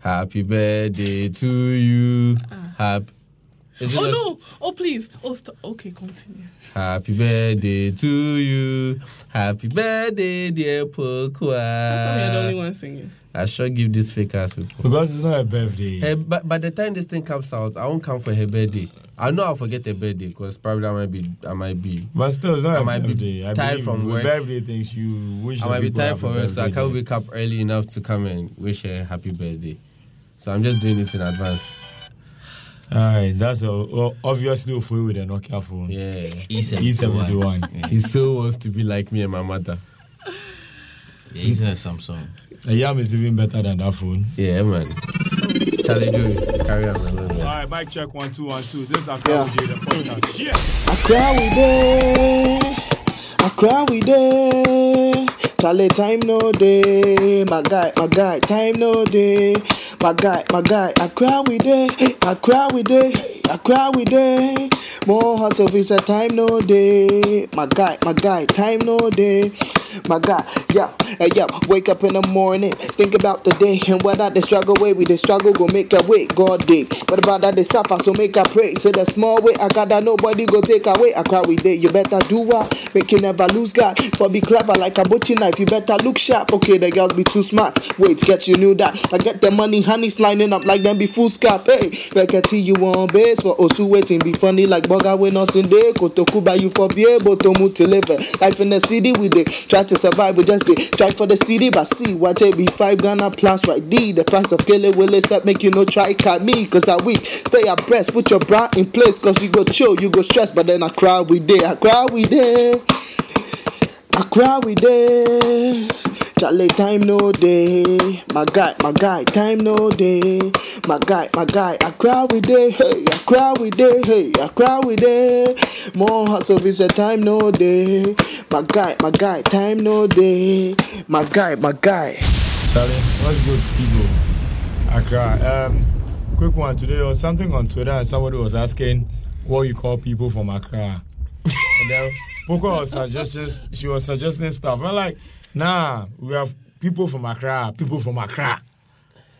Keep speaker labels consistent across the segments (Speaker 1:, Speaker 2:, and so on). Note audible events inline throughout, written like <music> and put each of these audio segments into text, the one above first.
Speaker 1: Happy birthday to you. Happy. Is it
Speaker 2: Ah. Oh
Speaker 1: not-
Speaker 2: no! Oh please! Oh st- okay, continue.
Speaker 1: Happy birthday to you. Happy birthday, dear
Speaker 2: How come you're the only
Speaker 1: Pokwa.
Speaker 2: one singing?
Speaker 1: I sure give this fake ass people.
Speaker 3: Because it's not a birthday.
Speaker 1: Hey, Eh, but by the time this thing comes out, I won't come for her birthday. I know I'll forget her birthday because probably I might be, I might be,
Speaker 3: But still, it's not
Speaker 1: I
Speaker 3: a
Speaker 1: might be
Speaker 3: birthday. I
Speaker 1: tired
Speaker 3: believe
Speaker 1: from
Speaker 3: with
Speaker 1: work.
Speaker 3: birthday things you wish
Speaker 1: I
Speaker 3: that
Speaker 1: might be
Speaker 3: people
Speaker 1: tired
Speaker 3: happy
Speaker 1: for work, so I
Speaker 3: birthday
Speaker 1: can't
Speaker 3: day.
Speaker 1: wake up early enough to come and wish her happy birthday. So I'm just doing it in advance.
Speaker 3: Alright, that's a, o- obviously a fool with a Nokia phone. E
Speaker 1: Yeah.
Speaker 4: E71.
Speaker 3: E71.
Speaker 1: He so wants to be like me and my mother.
Speaker 4: Yeah, he's in a Samsung.
Speaker 3: A Yam is even better than that phone.
Speaker 1: Yeah, man. Charlie, do it. Carry on. man.
Speaker 3: Alright, mic check one two one two. This is Akra
Speaker 5: Yeah.
Speaker 3: the podcast. Yeah.
Speaker 5: Accra we dey, Accra we dey. Charlie, time no day, my guy, my guy, time no day, my guy, my guy. Accra we dey, Accra we dey, Accra we dey. More hustle visa, time no day, my guy, my guy, time no day, my guy. Yeah, hey yeah. Wake up in the morning, think about the day and whether the struggle way we the struggle go make a way. God day, but about that they suffer, so make a pray. Say the small way I got that nobody go take away. I cry with day, you better do what? Make you never lose God. For be clever like a butcher knife, you better look sharp. Okay, the girls be too smart. Wait, get you knew that. I get the money, honey sliding up like them be foolscap. Hey, make I see you on base for Osu waiting. Be funny like bugger way nothing day. Kotoku by you for be able to move to live. it. Life in the city we dey try to survive. We just dey try for the city, but see what it be five Ghana plus right D. The price of killing will except make you no try cut me. Cause I weak. Stay abreast, put your bra in place. Cause you go chill, you go stress, but then I cry we day, I cry we day. Accra we dey. Charlie, time no day. My guy, my guy, time no day. My guy, my guy, Accra we dey. Hey, Accra we dey. Hey, Accra we dey. More hustle is a time no day. My guy, my guy, time no day. My guy, my guy.
Speaker 3: Charlie, what's good, people? Accra. Um, quick one today. There was something on Twitter, and somebody was asking what you call people from Accra. and then Poco was suggestions. She was suggesting stuff. I'm like, nah, we have people from Accra. People from Accra.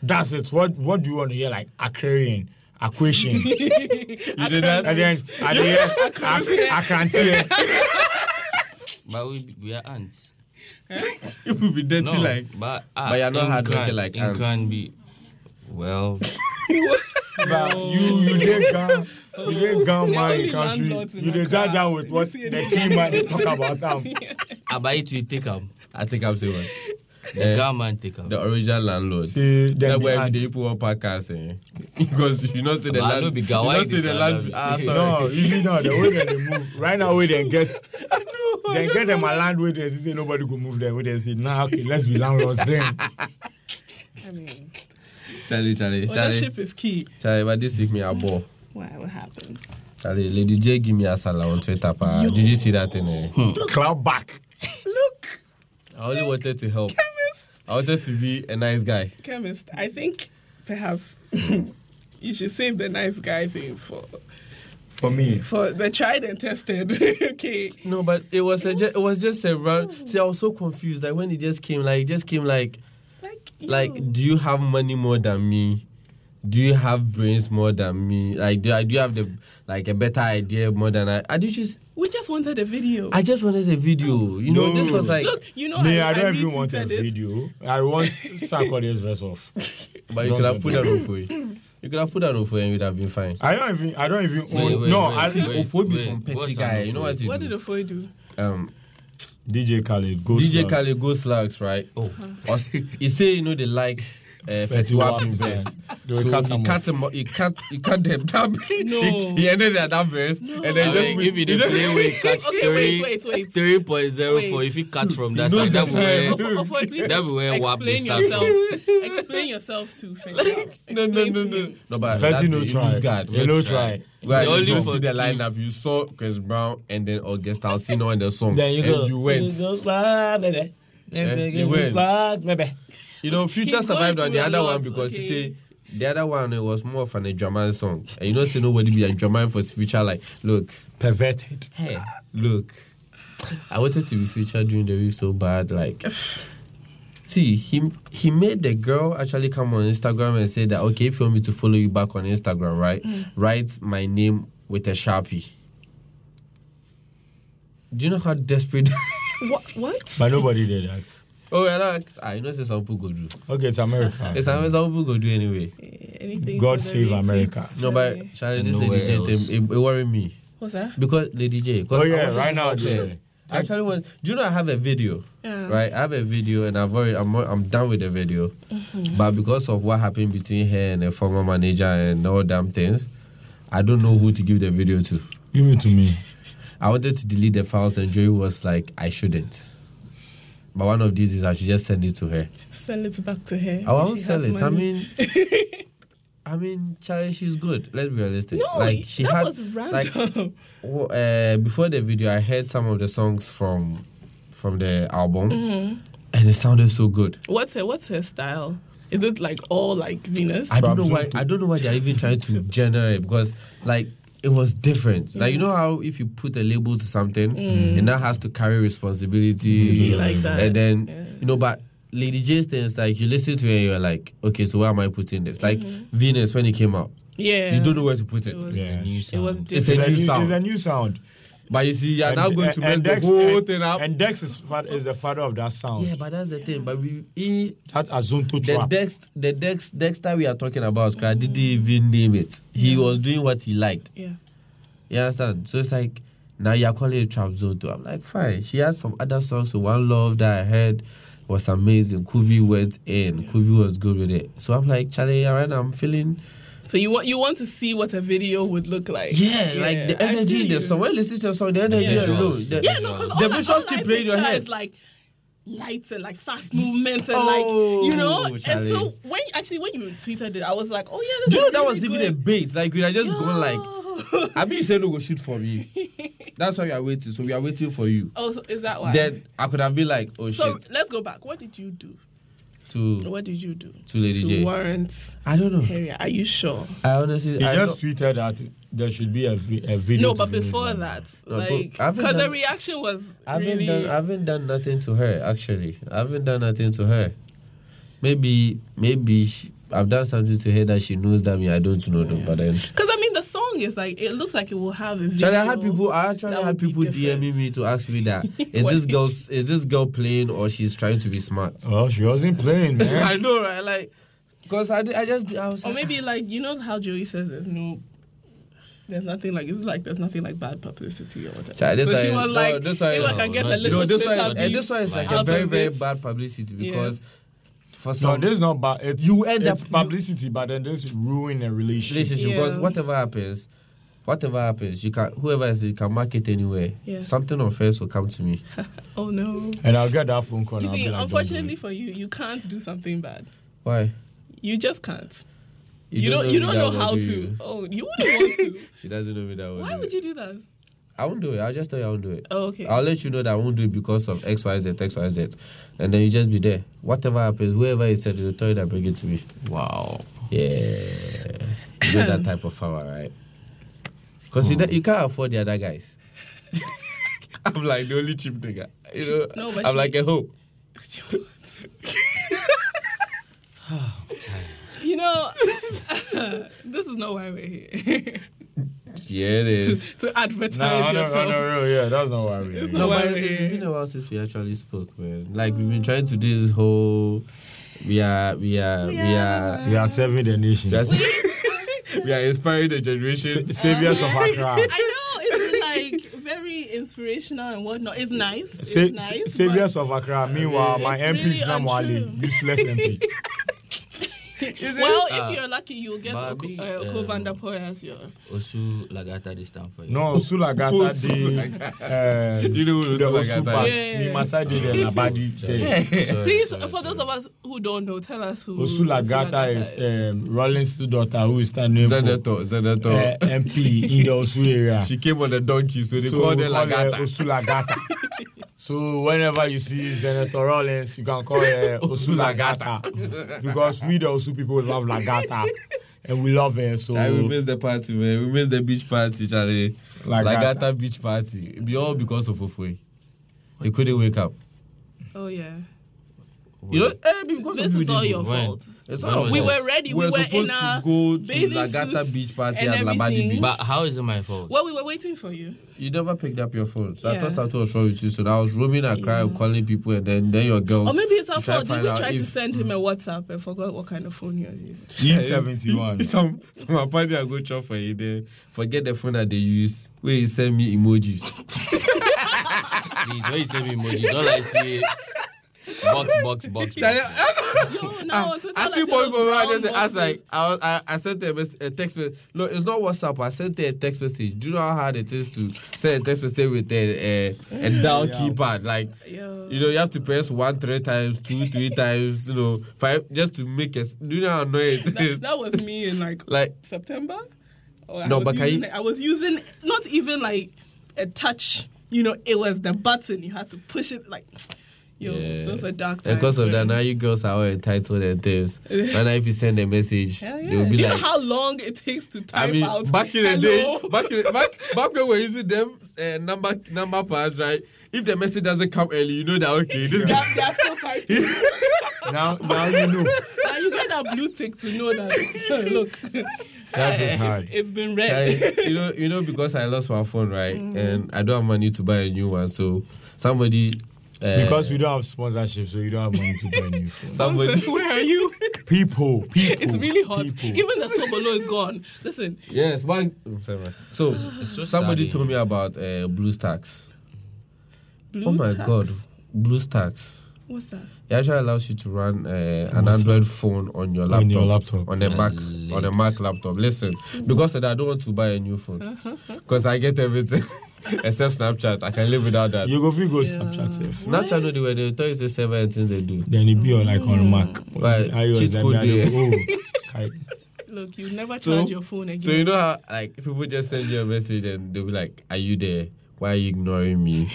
Speaker 3: That's it. What What do you want to hear? Like Accraian, <laughs> Accration.
Speaker 1: You did that?
Speaker 3: and then at the end, <laughs> I can't hear.
Speaker 4: But we, we are ants.
Speaker 1: It would be dirty
Speaker 4: No,
Speaker 1: like.
Speaker 4: but, ah,
Speaker 1: but you're not
Speaker 4: in
Speaker 1: hardworking
Speaker 4: Gran-
Speaker 1: like
Speaker 4: in
Speaker 1: ants.
Speaker 4: Gran be, well,
Speaker 3: But you you dey gun you
Speaker 2: <laughs>
Speaker 3: dey gun
Speaker 2: They're
Speaker 3: man
Speaker 2: only
Speaker 3: in country
Speaker 2: landlords in
Speaker 3: you dey
Speaker 2: Accra.
Speaker 3: judge am with what
Speaker 2: You see
Speaker 3: the
Speaker 2: any-
Speaker 3: team man dey talk about am.
Speaker 2: <laughs>
Speaker 4: Abayi to take him.
Speaker 1: I think I'm saying what?
Speaker 4: The
Speaker 1: Eh,
Speaker 4: gunman take him.
Speaker 1: The original landlord.
Speaker 3: See, them
Speaker 1: that
Speaker 3: be
Speaker 1: where
Speaker 3: ants.
Speaker 1: they put one podcast in. <laughs> Because you know say the
Speaker 4: But I
Speaker 1: land.
Speaker 4: know be
Speaker 1: you
Speaker 4: Gawai
Speaker 1: know say
Speaker 4: this
Speaker 1: the
Speaker 4: I love
Speaker 1: land.
Speaker 4: you.
Speaker 1: Ah, sorry.
Speaker 3: no usually no the way dem dey move right now wey
Speaker 2: <laughs>
Speaker 3: dem get
Speaker 2: No,
Speaker 3: dem get dem a land wey dem see say nobody go move there wey dem say nah okay let's be landlords
Speaker 2: <laughs>
Speaker 3: then.
Speaker 2: I mean,
Speaker 1: Charlie, Charlie, Charlie,
Speaker 2: ownership is key.
Speaker 1: Charlie. But this week me a ball.
Speaker 2: Why? What happened?
Speaker 1: Charlie, Lady J give me a salad on Twitter. Pa. Did you see that thing? Eh?
Speaker 3: clap back.
Speaker 2: Look,
Speaker 1: I only wanted to help.
Speaker 2: chemist,
Speaker 1: I wanted to be a nice guy.
Speaker 2: chemist. I think perhaps <laughs> you should save the nice guy things for
Speaker 3: for me.
Speaker 2: for the tried and tested. <laughs> okay.
Speaker 1: No, but it was a, ju- it was just a run. See, I was so confused. Like when it just came, like it just came, like
Speaker 2: Like,
Speaker 1: like do you have money more than me? Do you have brains more than me? Like do I do you have the like a better idea more than I? I did just
Speaker 2: we just wanted a video.
Speaker 1: I just wanted a video. You know, this was like.
Speaker 2: Look, you know,
Speaker 3: me
Speaker 2: I,
Speaker 3: i
Speaker 2: I
Speaker 3: don't even
Speaker 2: retweeted
Speaker 3: want a
Speaker 2: it.
Speaker 3: video i
Speaker 2: <laughs>
Speaker 3: want sarkodie's verse off.
Speaker 1: but you could have put that on for it. You could have put that on for it and you'd have been fine.
Speaker 3: i don't even i don't even own
Speaker 4: Wait, wait,
Speaker 3: no
Speaker 4: wait,
Speaker 3: i think
Speaker 4: wait,
Speaker 1: Ofo be
Speaker 4: wait.
Speaker 1: some petty
Speaker 4: What's
Speaker 1: guy.
Speaker 4: on
Speaker 1: You know what
Speaker 4: Ofo?
Speaker 1: he
Speaker 2: What
Speaker 1: do?
Speaker 2: did Ofoy do?
Speaker 1: um,
Speaker 3: dj khaled go
Speaker 1: DJ
Speaker 3: Slugs.
Speaker 1: Khaled Go Slugs, right?
Speaker 4: Oh.
Speaker 1: Or- he say you know they like uh, 31
Speaker 3: 31
Speaker 1: verse.
Speaker 3: They will
Speaker 1: so
Speaker 3: cut
Speaker 1: he
Speaker 3: them
Speaker 1: cut him, he cut, he cut them <laughs> down.
Speaker 2: No.
Speaker 1: he, he ended at that verse, and
Speaker 4: I
Speaker 1: then just
Speaker 4: mean,
Speaker 1: put-
Speaker 4: if you
Speaker 1: he
Speaker 4: didn't
Speaker 1: just-
Speaker 4: play, we catch
Speaker 2: Okay,
Speaker 4: three,
Speaker 2: wait, wait, wait.
Speaker 4: 3.04.
Speaker 2: Wait.
Speaker 4: If you cut from that
Speaker 3: knows
Speaker 4: side,
Speaker 3: the
Speaker 4: that
Speaker 3: time.
Speaker 4: will
Speaker 2: Ofoy, Ofoy, please
Speaker 4: That way, WAP
Speaker 2: explain
Speaker 4: is that-
Speaker 2: yourself. explain yourself to Fenton.
Speaker 1: No, no,
Speaker 2: Explain
Speaker 1: no,
Speaker 2: to
Speaker 1: no.
Speaker 2: him.
Speaker 1: No, but
Speaker 3: Fenty
Speaker 1: that's
Speaker 3: no
Speaker 1: it. He
Speaker 3: try.
Speaker 1: lose guard.
Speaker 3: He no try.
Speaker 1: Right,
Speaker 4: He only
Speaker 1: you
Speaker 4: for
Speaker 1: see the
Speaker 4: two.
Speaker 1: lineup. You saw Chris Brown and then August Alsina in the song.
Speaker 3: then you
Speaker 1: and
Speaker 3: go
Speaker 1: you went.
Speaker 3: go slide, baby.
Speaker 1: Eh,
Speaker 3: Then
Speaker 1: you
Speaker 3: you go
Speaker 1: went.
Speaker 3: slide, baby.
Speaker 1: You know, Future
Speaker 2: He's
Speaker 1: survived
Speaker 2: going
Speaker 1: on the
Speaker 2: through a
Speaker 1: other
Speaker 2: lot,
Speaker 1: one because he
Speaker 2: okay.
Speaker 1: say the other one it was more of an German song. And you know, say nobody be a German for Future. Like, look,
Speaker 3: perverted
Speaker 1: hey, look, I wanted to be Future during the week so bad. Like, See, he he made the girl actually come on Instagram and say that okay, if you want me to follow you back on Instagram, right? Write my name with a sharpie. Do you know how desperate? <laughs>
Speaker 2: What? What?
Speaker 3: But nobody did that.
Speaker 1: oh, yeah, like, I know say some people go do.
Speaker 3: Okay, it's America.
Speaker 1: It's some people go do anyway.
Speaker 2: Eh, Anything
Speaker 3: God
Speaker 2: for the
Speaker 3: save
Speaker 2: ratings,
Speaker 3: America.
Speaker 1: No, but Charlie,
Speaker 2: Charlie.
Speaker 1: this
Speaker 4: Nowhere
Speaker 1: Lady J
Speaker 4: else.
Speaker 1: thing, it, it worried me
Speaker 2: what's that?
Speaker 1: because Lady J. 'cause
Speaker 3: oh
Speaker 1: I
Speaker 3: yeah,
Speaker 1: wanted
Speaker 3: right
Speaker 1: to
Speaker 3: now.
Speaker 1: watch
Speaker 3: Yeah.
Speaker 1: it. I actually want. Do you know I have a video?
Speaker 2: Yeah.
Speaker 1: Right, I have a video and I've already, I'm, I'm done with the video.
Speaker 2: Mm-hmm.
Speaker 1: But because of what happened between her and her former manager and all damn things, I don't know who to give the video to.
Speaker 3: Give it to me.
Speaker 1: I wanted to delete the files and Joey was like, I shouldn't. But one of these is I should just send it to her.
Speaker 2: Sell it back to her.
Speaker 1: I won't
Speaker 2: She
Speaker 1: sell
Speaker 2: has
Speaker 1: it. I
Speaker 2: money.
Speaker 1: mean, I mean, Charlie, she's good. Let's be realistic.
Speaker 2: <laughs> no,
Speaker 1: like she
Speaker 2: that
Speaker 1: had,
Speaker 2: was
Speaker 1: like,
Speaker 2: random.
Speaker 1: Well, uh, before the video, I heard some of the songs from from the album,
Speaker 2: Mm-hmm.
Speaker 1: and it sounded so good.
Speaker 2: what's her What's her style? Is it like all like Venus?
Speaker 1: I don't know
Speaker 3: Trabzon
Speaker 1: why.
Speaker 3: too.
Speaker 1: I don't know why they're even trying
Speaker 3: <laughs>
Speaker 1: to generate because like. It was different. Like
Speaker 2: Mm.
Speaker 1: you know how if you put a label to something, and that has to carry responsibility,
Speaker 2: be Mm. like that,
Speaker 1: and then
Speaker 2: yeah.
Speaker 1: you know. But Lady J's thing is like you listen to it, and you're like, okay, so where am I putting this? Like Venus when it came out,
Speaker 2: Mm-hmm. yeah,
Speaker 1: you don't know where to put it.
Speaker 2: was-
Speaker 3: Yeah.
Speaker 4: New
Speaker 2: It was
Speaker 4: sound.
Speaker 1: It's
Speaker 2: different.
Speaker 1: a new sound.
Speaker 3: It's a new sound.
Speaker 1: But you see, you're
Speaker 3: And-
Speaker 1: now going
Speaker 3: and-
Speaker 1: to mess
Speaker 3: and
Speaker 1: the
Speaker 3: Dex-
Speaker 1: whole
Speaker 3: and-
Speaker 1: thing up.
Speaker 3: And Dex is, fa- is the father of that sound.
Speaker 1: yeah, but that's the thing. But we, he,
Speaker 3: that Azonto
Speaker 1: the
Speaker 3: trap.
Speaker 1: Dex, the Dex, Dexter we are talking about, Scar, didn't
Speaker 2: Mm.
Speaker 1: even name it. He was doing what he liked.
Speaker 2: Yeah.
Speaker 1: You understand? So it's like now you're calling it trap zone too. I'm like, fine. She had some other songs. So one love that I heard was amazing. Kuvi went in. Kuvi was good with it. So I'm like, Charlie, all right, I'm feeling
Speaker 2: So you want you want to see what a video would look like?
Speaker 1: yeah, like the
Speaker 2: I
Speaker 1: energy
Speaker 2: feel
Speaker 1: in the
Speaker 2: you.
Speaker 1: song. When you listen to the song, the energy
Speaker 4: Yeah.
Speaker 1: alone. The,
Speaker 2: Yeah, no, because
Speaker 1: the
Speaker 2: all,
Speaker 1: visuals
Speaker 2: I- all
Speaker 1: keep
Speaker 2: I
Speaker 1: playing in your
Speaker 2: picture
Speaker 1: head.
Speaker 2: is like lights and like fast movements and
Speaker 1: Oh,
Speaker 2: like you know.
Speaker 1: Charlie.
Speaker 2: And so when actually when you tweeted it, I was like, oh yeah,
Speaker 1: Do
Speaker 2: this
Speaker 1: you know
Speaker 2: is
Speaker 1: that was
Speaker 2: really
Speaker 1: even a
Speaker 2: good.
Speaker 1: bait? Like we are just going like,
Speaker 2: like.
Speaker 1: I mean, you said no go shoot for me. That's why we are waiting. So we are waiting for you.
Speaker 2: oh, so is that why?
Speaker 1: Then I could have been like, oh
Speaker 2: so
Speaker 1: shit,
Speaker 2: let's go back. What did you do?
Speaker 1: to
Speaker 2: What did you do
Speaker 1: to Lady
Speaker 2: to
Speaker 1: J.
Speaker 2: warrant
Speaker 1: I don't know.
Speaker 2: Harriet? Are you sure?
Speaker 1: I honestly,
Speaker 3: He
Speaker 1: I
Speaker 3: just
Speaker 1: don't-
Speaker 3: tweeted that there should be a, vi- a video.
Speaker 2: No,
Speaker 3: to
Speaker 2: but
Speaker 3: finish
Speaker 2: before
Speaker 3: them.
Speaker 2: that,
Speaker 1: No, but
Speaker 2: like,
Speaker 1: I haven't
Speaker 2: because the
Speaker 1: done-
Speaker 2: reaction was
Speaker 1: I haven't
Speaker 2: really.
Speaker 1: done, I haven't done nothing to her actually. I haven't done nothing to her. Maybe, maybe she- I've done something to her that she knows that me I don't know though. But then,
Speaker 2: Because I mean, the song is like it looks like it will have a video.
Speaker 1: Charlie, I had people, I actually
Speaker 2: that
Speaker 1: had
Speaker 2: would be
Speaker 1: people
Speaker 2: different.
Speaker 1: DMing me to ask me
Speaker 2: <laughs>
Speaker 1: that is
Speaker 2: What
Speaker 1: this
Speaker 2: is-
Speaker 1: girl, is this girl playing or she's trying to be smart?
Speaker 3: Well, she
Speaker 1: <laughs>
Speaker 3: wasn't playing, man.
Speaker 1: I know, right? Like, cause I, di- I just, I was
Speaker 2: Oh, Or
Speaker 1: like,
Speaker 2: maybe like you know how Joey says there's no, there's nothing like it's like there's nothing like bad publicity or whatever.
Speaker 1: Child, this
Speaker 2: so she
Speaker 1: one-
Speaker 2: was
Speaker 1: no,
Speaker 2: like,
Speaker 1: this one-
Speaker 2: if I can
Speaker 4: no,
Speaker 2: get
Speaker 4: no,
Speaker 2: a
Speaker 1: you
Speaker 2: little
Speaker 1: know, this
Speaker 2: bit
Speaker 1: one,
Speaker 2: of
Speaker 1: and
Speaker 2: this,
Speaker 1: this one is like
Speaker 4: out
Speaker 1: a
Speaker 2: of
Speaker 1: very, very
Speaker 2: this.
Speaker 1: bad publicity
Speaker 2: Yeah.
Speaker 1: because for
Speaker 3: no,
Speaker 1: some
Speaker 3: this is not bad. It's,
Speaker 1: You end
Speaker 3: it's
Speaker 1: up-
Speaker 3: publicity, but then this ruin a relationship.
Speaker 1: relationship,
Speaker 2: Yeah.
Speaker 1: because whatever happens, whatever happens, you can whoever is you can market anywhere.
Speaker 2: Yeah.
Speaker 1: Something on first will come to me.
Speaker 2: oh no.
Speaker 3: And I'll get that phone call.
Speaker 2: You
Speaker 3: and I'll
Speaker 2: see,
Speaker 3: be like,
Speaker 2: unfortunately for you, you can't do something bad.
Speaker 1: Why?
Speaker 2: You just can't. You, don't. you don't know how to. Oh, you wouldn't want to.
Speaker 1: She doesn't know me that well.
Speaker 2: Why would you do that?
Speaker 1: I won't do it. I'll just tell you I won't do it.
Speaker 2: Oh, okay.
Speaker 1: I'll let you know that I won't do it because of X, Y, Z, X, Y, Z. And then you just be there. Whatever happens, whoever is said, they'll tell you that bring it to me.
Speaker 4: Wow.
Speaker 1: Yeah. You know that type of power, right? Because you,
Speaker 2: Hmm.
Speaker 1: don't- you can't afford the other
Speaker 2: <laughs>
Speaker 1: guys. <laughs> I'm like the only cheap nigga. You know,
Speaker 2: No, but
Speaker 1: I'm
Speaker 2: she-
Speaker 1: like a hoe.
Speaker 2: you know, <laughs> this is not why we're here <laughs>
Speaker 1: Yeah, it
Speaker 2: to,
Speaker 1: is.
Speaker 2: to advertise
Speaker 1: <laughs>
Speaker 3: No, I don't, I
Speaker 2: yourself.
Speaker 3: don't know. Yeah, that's not why we.
Speaker 2: It's
Speaker 1: No,
Speaker 2: not why
Speaker 1: but
Speaker 2: we're
Speaker 1: it's
Speaker 2: here.
Speaker 1: been a while since we actually spoke, man. Like we've been trying to do this whole. We are, we are, we are,
Speaker 3: We are serving the nation.
Speaker 1: we are, <laughs> we are inspiring the generation.
Speaker 3: Sa- saviors
Speaker 1: <laughs>
Speaker 3: of Accra.
Speaker 2: I know it's been, like very inspirational and whatnot. It's nice. It's
Speaker 3: Sa-
Speaker 2: nice.
Speaker 3: saviors of Accra. Meanwhile, my
Speaker 2: It's
Speaker 3: MP is
Speaker 2: really
Speaker 3: Namwali,
Speaker 2: untrue.
Speaker 3: useless MP.
Speaker 2: but- well,
Speaker 4: Ah.
Speaker 2: if you're lucky, you'll get
Speaker 4: But
Speaker 2: Oko,
Speaker 4: me,
Speaker 2: uh, Oko
Speaker 4: um, uh,
Speaker 2: Van der Poel as your.
Speaker 4: Osu Lagata this time for you.
Speaker 1: <laughs>
Speaker 3: No, Sulagata the um,
Speaker 1: You know who
Speaker 3: the
Speaker 1: Osu
Speaker 3: Osu
Speaker 1: Lagata
Speaker 3: part.
Speaker 2: is? Yeah.
Speaker 3: We must have
Speaker 1: <laughs>
Speaker 3: did the Nabadi there.
Speaker 2: Please, for those of us who don't know, tell us who
Speaker 3: Osu Lagata
Speaker 2: Lagata
Speaker 3: is um, Rollins' daughter who is standing for
Speaker 1: Senator, Senator.
Speaker 3: uh, MP in the Osu area.
Speaker 1: She came on a donkey, eh. so they
Speaker 3: so
Speaker 1: called
Speaker 3: we
Speaker 1: her
Speaker 3: call her
Speaker 1: Lagata.
Speaker 3: Osu
Speaker 1: <laughs>
Speaker 3: Lagata. so whenever you see Senator Rollins, you can
Speaker 1: <laughs>
Speaker 3: call her Osu Lagata because we the Osu people love Lagata and we love her. So
Speaker 1: Charlie, we missed the party, man. We missed the beach party, Charlie.
Speaker 3: Lagata.
Speaker 1: Lagata beach party. It be all because of Ofoi. He couldn't wake up.
Speaker 2: Oh yeah.
Speaker 1: You know, eh, because
Speaker 2: This
Speaker 1: of you
Speaker 2: is all
Speaker 1: didn't
Speaker 2: your
Speaker 1: go.
Speaker 4: When?
Speaker 2: fault.
Speaker 1: It's
Speaker 4: When
Speaker 1: not our
Speaker 4: was
Speaker 2: We
Speaker 4: that?
Speaker 1: fault.
Speaker 2: were ready.
Speaker 1: We were
Speaker 2: We were in
Speaker 1: supposed
Speaker 2: our
Speaker 1: to go to
Speaker 2: bathing suits
Speaker 1: Lagata Beach Party
Speaker 2: and
Speaker 1: at Labadi
Speaker 2: everything.
Speaker 1: Beach.
Speaker 4: But how is it my fault?
Speaker 2: Well, we were waiting for you.
Speaker 1: You never picked up your phone. So I
Speaker 2: Yeah.
Speaker 1: thought something was wrong with you. So I was roaming and crying, calling people, and then, then your girls.
Speaker 2: Or maybe it's our
Speaker 1: to try
Speaker 2: fault. Did
Speaker 1: find
Speaker 2: we
Speaker 1: out
Speaker 2: try to
Speaker 1: if-
Speaker 2: send him a WhatsApp and forgot what kind of phone he was using?
Speaker 3: <laughs>
Speaker 1: <laughs>
Speaker 3: G71.
Speaker 1: some some apparently I go chop for you there. Forget the phone that they use. Where you send me <laughs> emojis.
Speaker 4: Please, when you send me emojis, all
Speaker 3: <laughs>
Speaker 4: I see box, box, box.
Speaker 1: <laughs>
Speaker 4: box.
Speaker 2: Yo, no, on Twitter,
Speaker 1: Ah, I see
Speaker 2: like,
Speaker 1: boys
Speaker 2: it was
Speaker 1: over
Speaker 2: brown
Speaker 1: just I was like
Speaker 2: boxes.
Speaker 1: I, was, I I sent her a, mes- a text message. No, it's not WhatsApp. I sent her a text message. Do you know how hard it is to send a text message with a a,
Speaker 2: <laughs>
Speaker 1: a down keypad? Like
Speaker 2: Yo.
Speaker 1: you know, you have to press one three times, two three times, you know, five just to make us. Do you know how annoying it is? <laughs>
Speaker 2: that, that was me in like
Speaker 1: Like
Speaker 2: September. Or I
Speaker 1: No,
Speaker 2: was
Speaker 1: but can
Speaker 2: using,
Speaker 1: you-
Speaker 2: I was using not even like a touch. You know, it was the button. You had to push it like. Yo,
Speaker 1: Yeah.
Speaker 2: those are dark times.
Speaker 1: And because of that,
Speaker 2: man.
Speaker 1: now you girls are all entitled and things. and now if you send a message,
Speaker 2: Hell
Speaker 1: they will
Speaker 2: yeah.
Speaker 1: be
Speaker 2: You know <laughs>
Speaker 1: like,
Speaker 2: how long it takes to type
Speaker 1: I mean,
Speaker 2: out.
Speaker 1: back in the day,
Speaker 2: <laughs>
Speaker 1: <laughs>
Speaker 2: "Hello?"
Speaker 1: back, in, back, back when we we're using them uh, number number pads, right? If the message doesn't come early, you know that okay, this
Speaker 2: they <laughs>
Speaker 1: guy.
Speaker 2: are, they are
Speaker 1: <laughs>
Speaker 2: still typing.
Speaker 3: now, now you know.
Speaker 2: now you get that blue tick to know that. <laughs> Look,
Speaker 3: That is hard.
Speaker 2: it's been
Speaker 1: I-
Speaker 2: red.
Speaker 1: you know, you know, because I lost my phone, right,
Speaker 2: Mm-hmm.
Speaker 1: and I don't have money to buy a new one, so somebody. Uh,
Speaker 3: <laughs> Because we don't have sponsorship, so you don't have money to buy a new phone.
Speaker 1: somebody.
Speaker 2: Where are you?
Speaker 3: <laughs> People, people.
Speaker 2: It's really hot.
Speaker 3: people.
Speaker 2: Even the sobolo is gone. Listen,
Speaker 1: Yes, one. I'm sorry, man. So,
Speaker 4: so
Speaker 1: somebody
Speaker 4: sad,
Speaker 1: told
Speaker 4: eh?
Speaker 1: me about uh, BlueStacks.
Speaker 2: blue
Speaker 1: Oh my
Speaker 2: tack.
Speaker 1: God, BlueStacks.
Speaker 2: What's that?
Speaker 1: It actually allows you to run uh, an
Speaker 3: What's-
Speaker 1: Android phone on your laptop,
Speaker 3: On your laptop.
Speaker 1: on a Mac,
Speaker 4: Lit.
Speaker 1: on a Mac laptop. Listen, because of that, I don't want to buy a new phone because I get everything <laughs> except Snapchat. I can live without that.
Speaker 3: You go free go Snapchat safe.
Speaker 1: Snapchat, no, they were they tell you the seven things they do.
Speaker 3: Then it be on like on Mac.
Speaker 1: Right.
Speaker 3: I was
Speaker 1: Cheat
Speaker 3: then
Speaker 1: code
Speaker 3: I go,
Speaker 1: there.
Speaker 3: oh, I-
Speaker 2: Look, you never
Speaker 1: So-
Speaker 2: charge your phone again.
Speaker 1: So you know how like people just send you a message and they'll be like, "Are you there? Why are you ignoring <laughs> me?"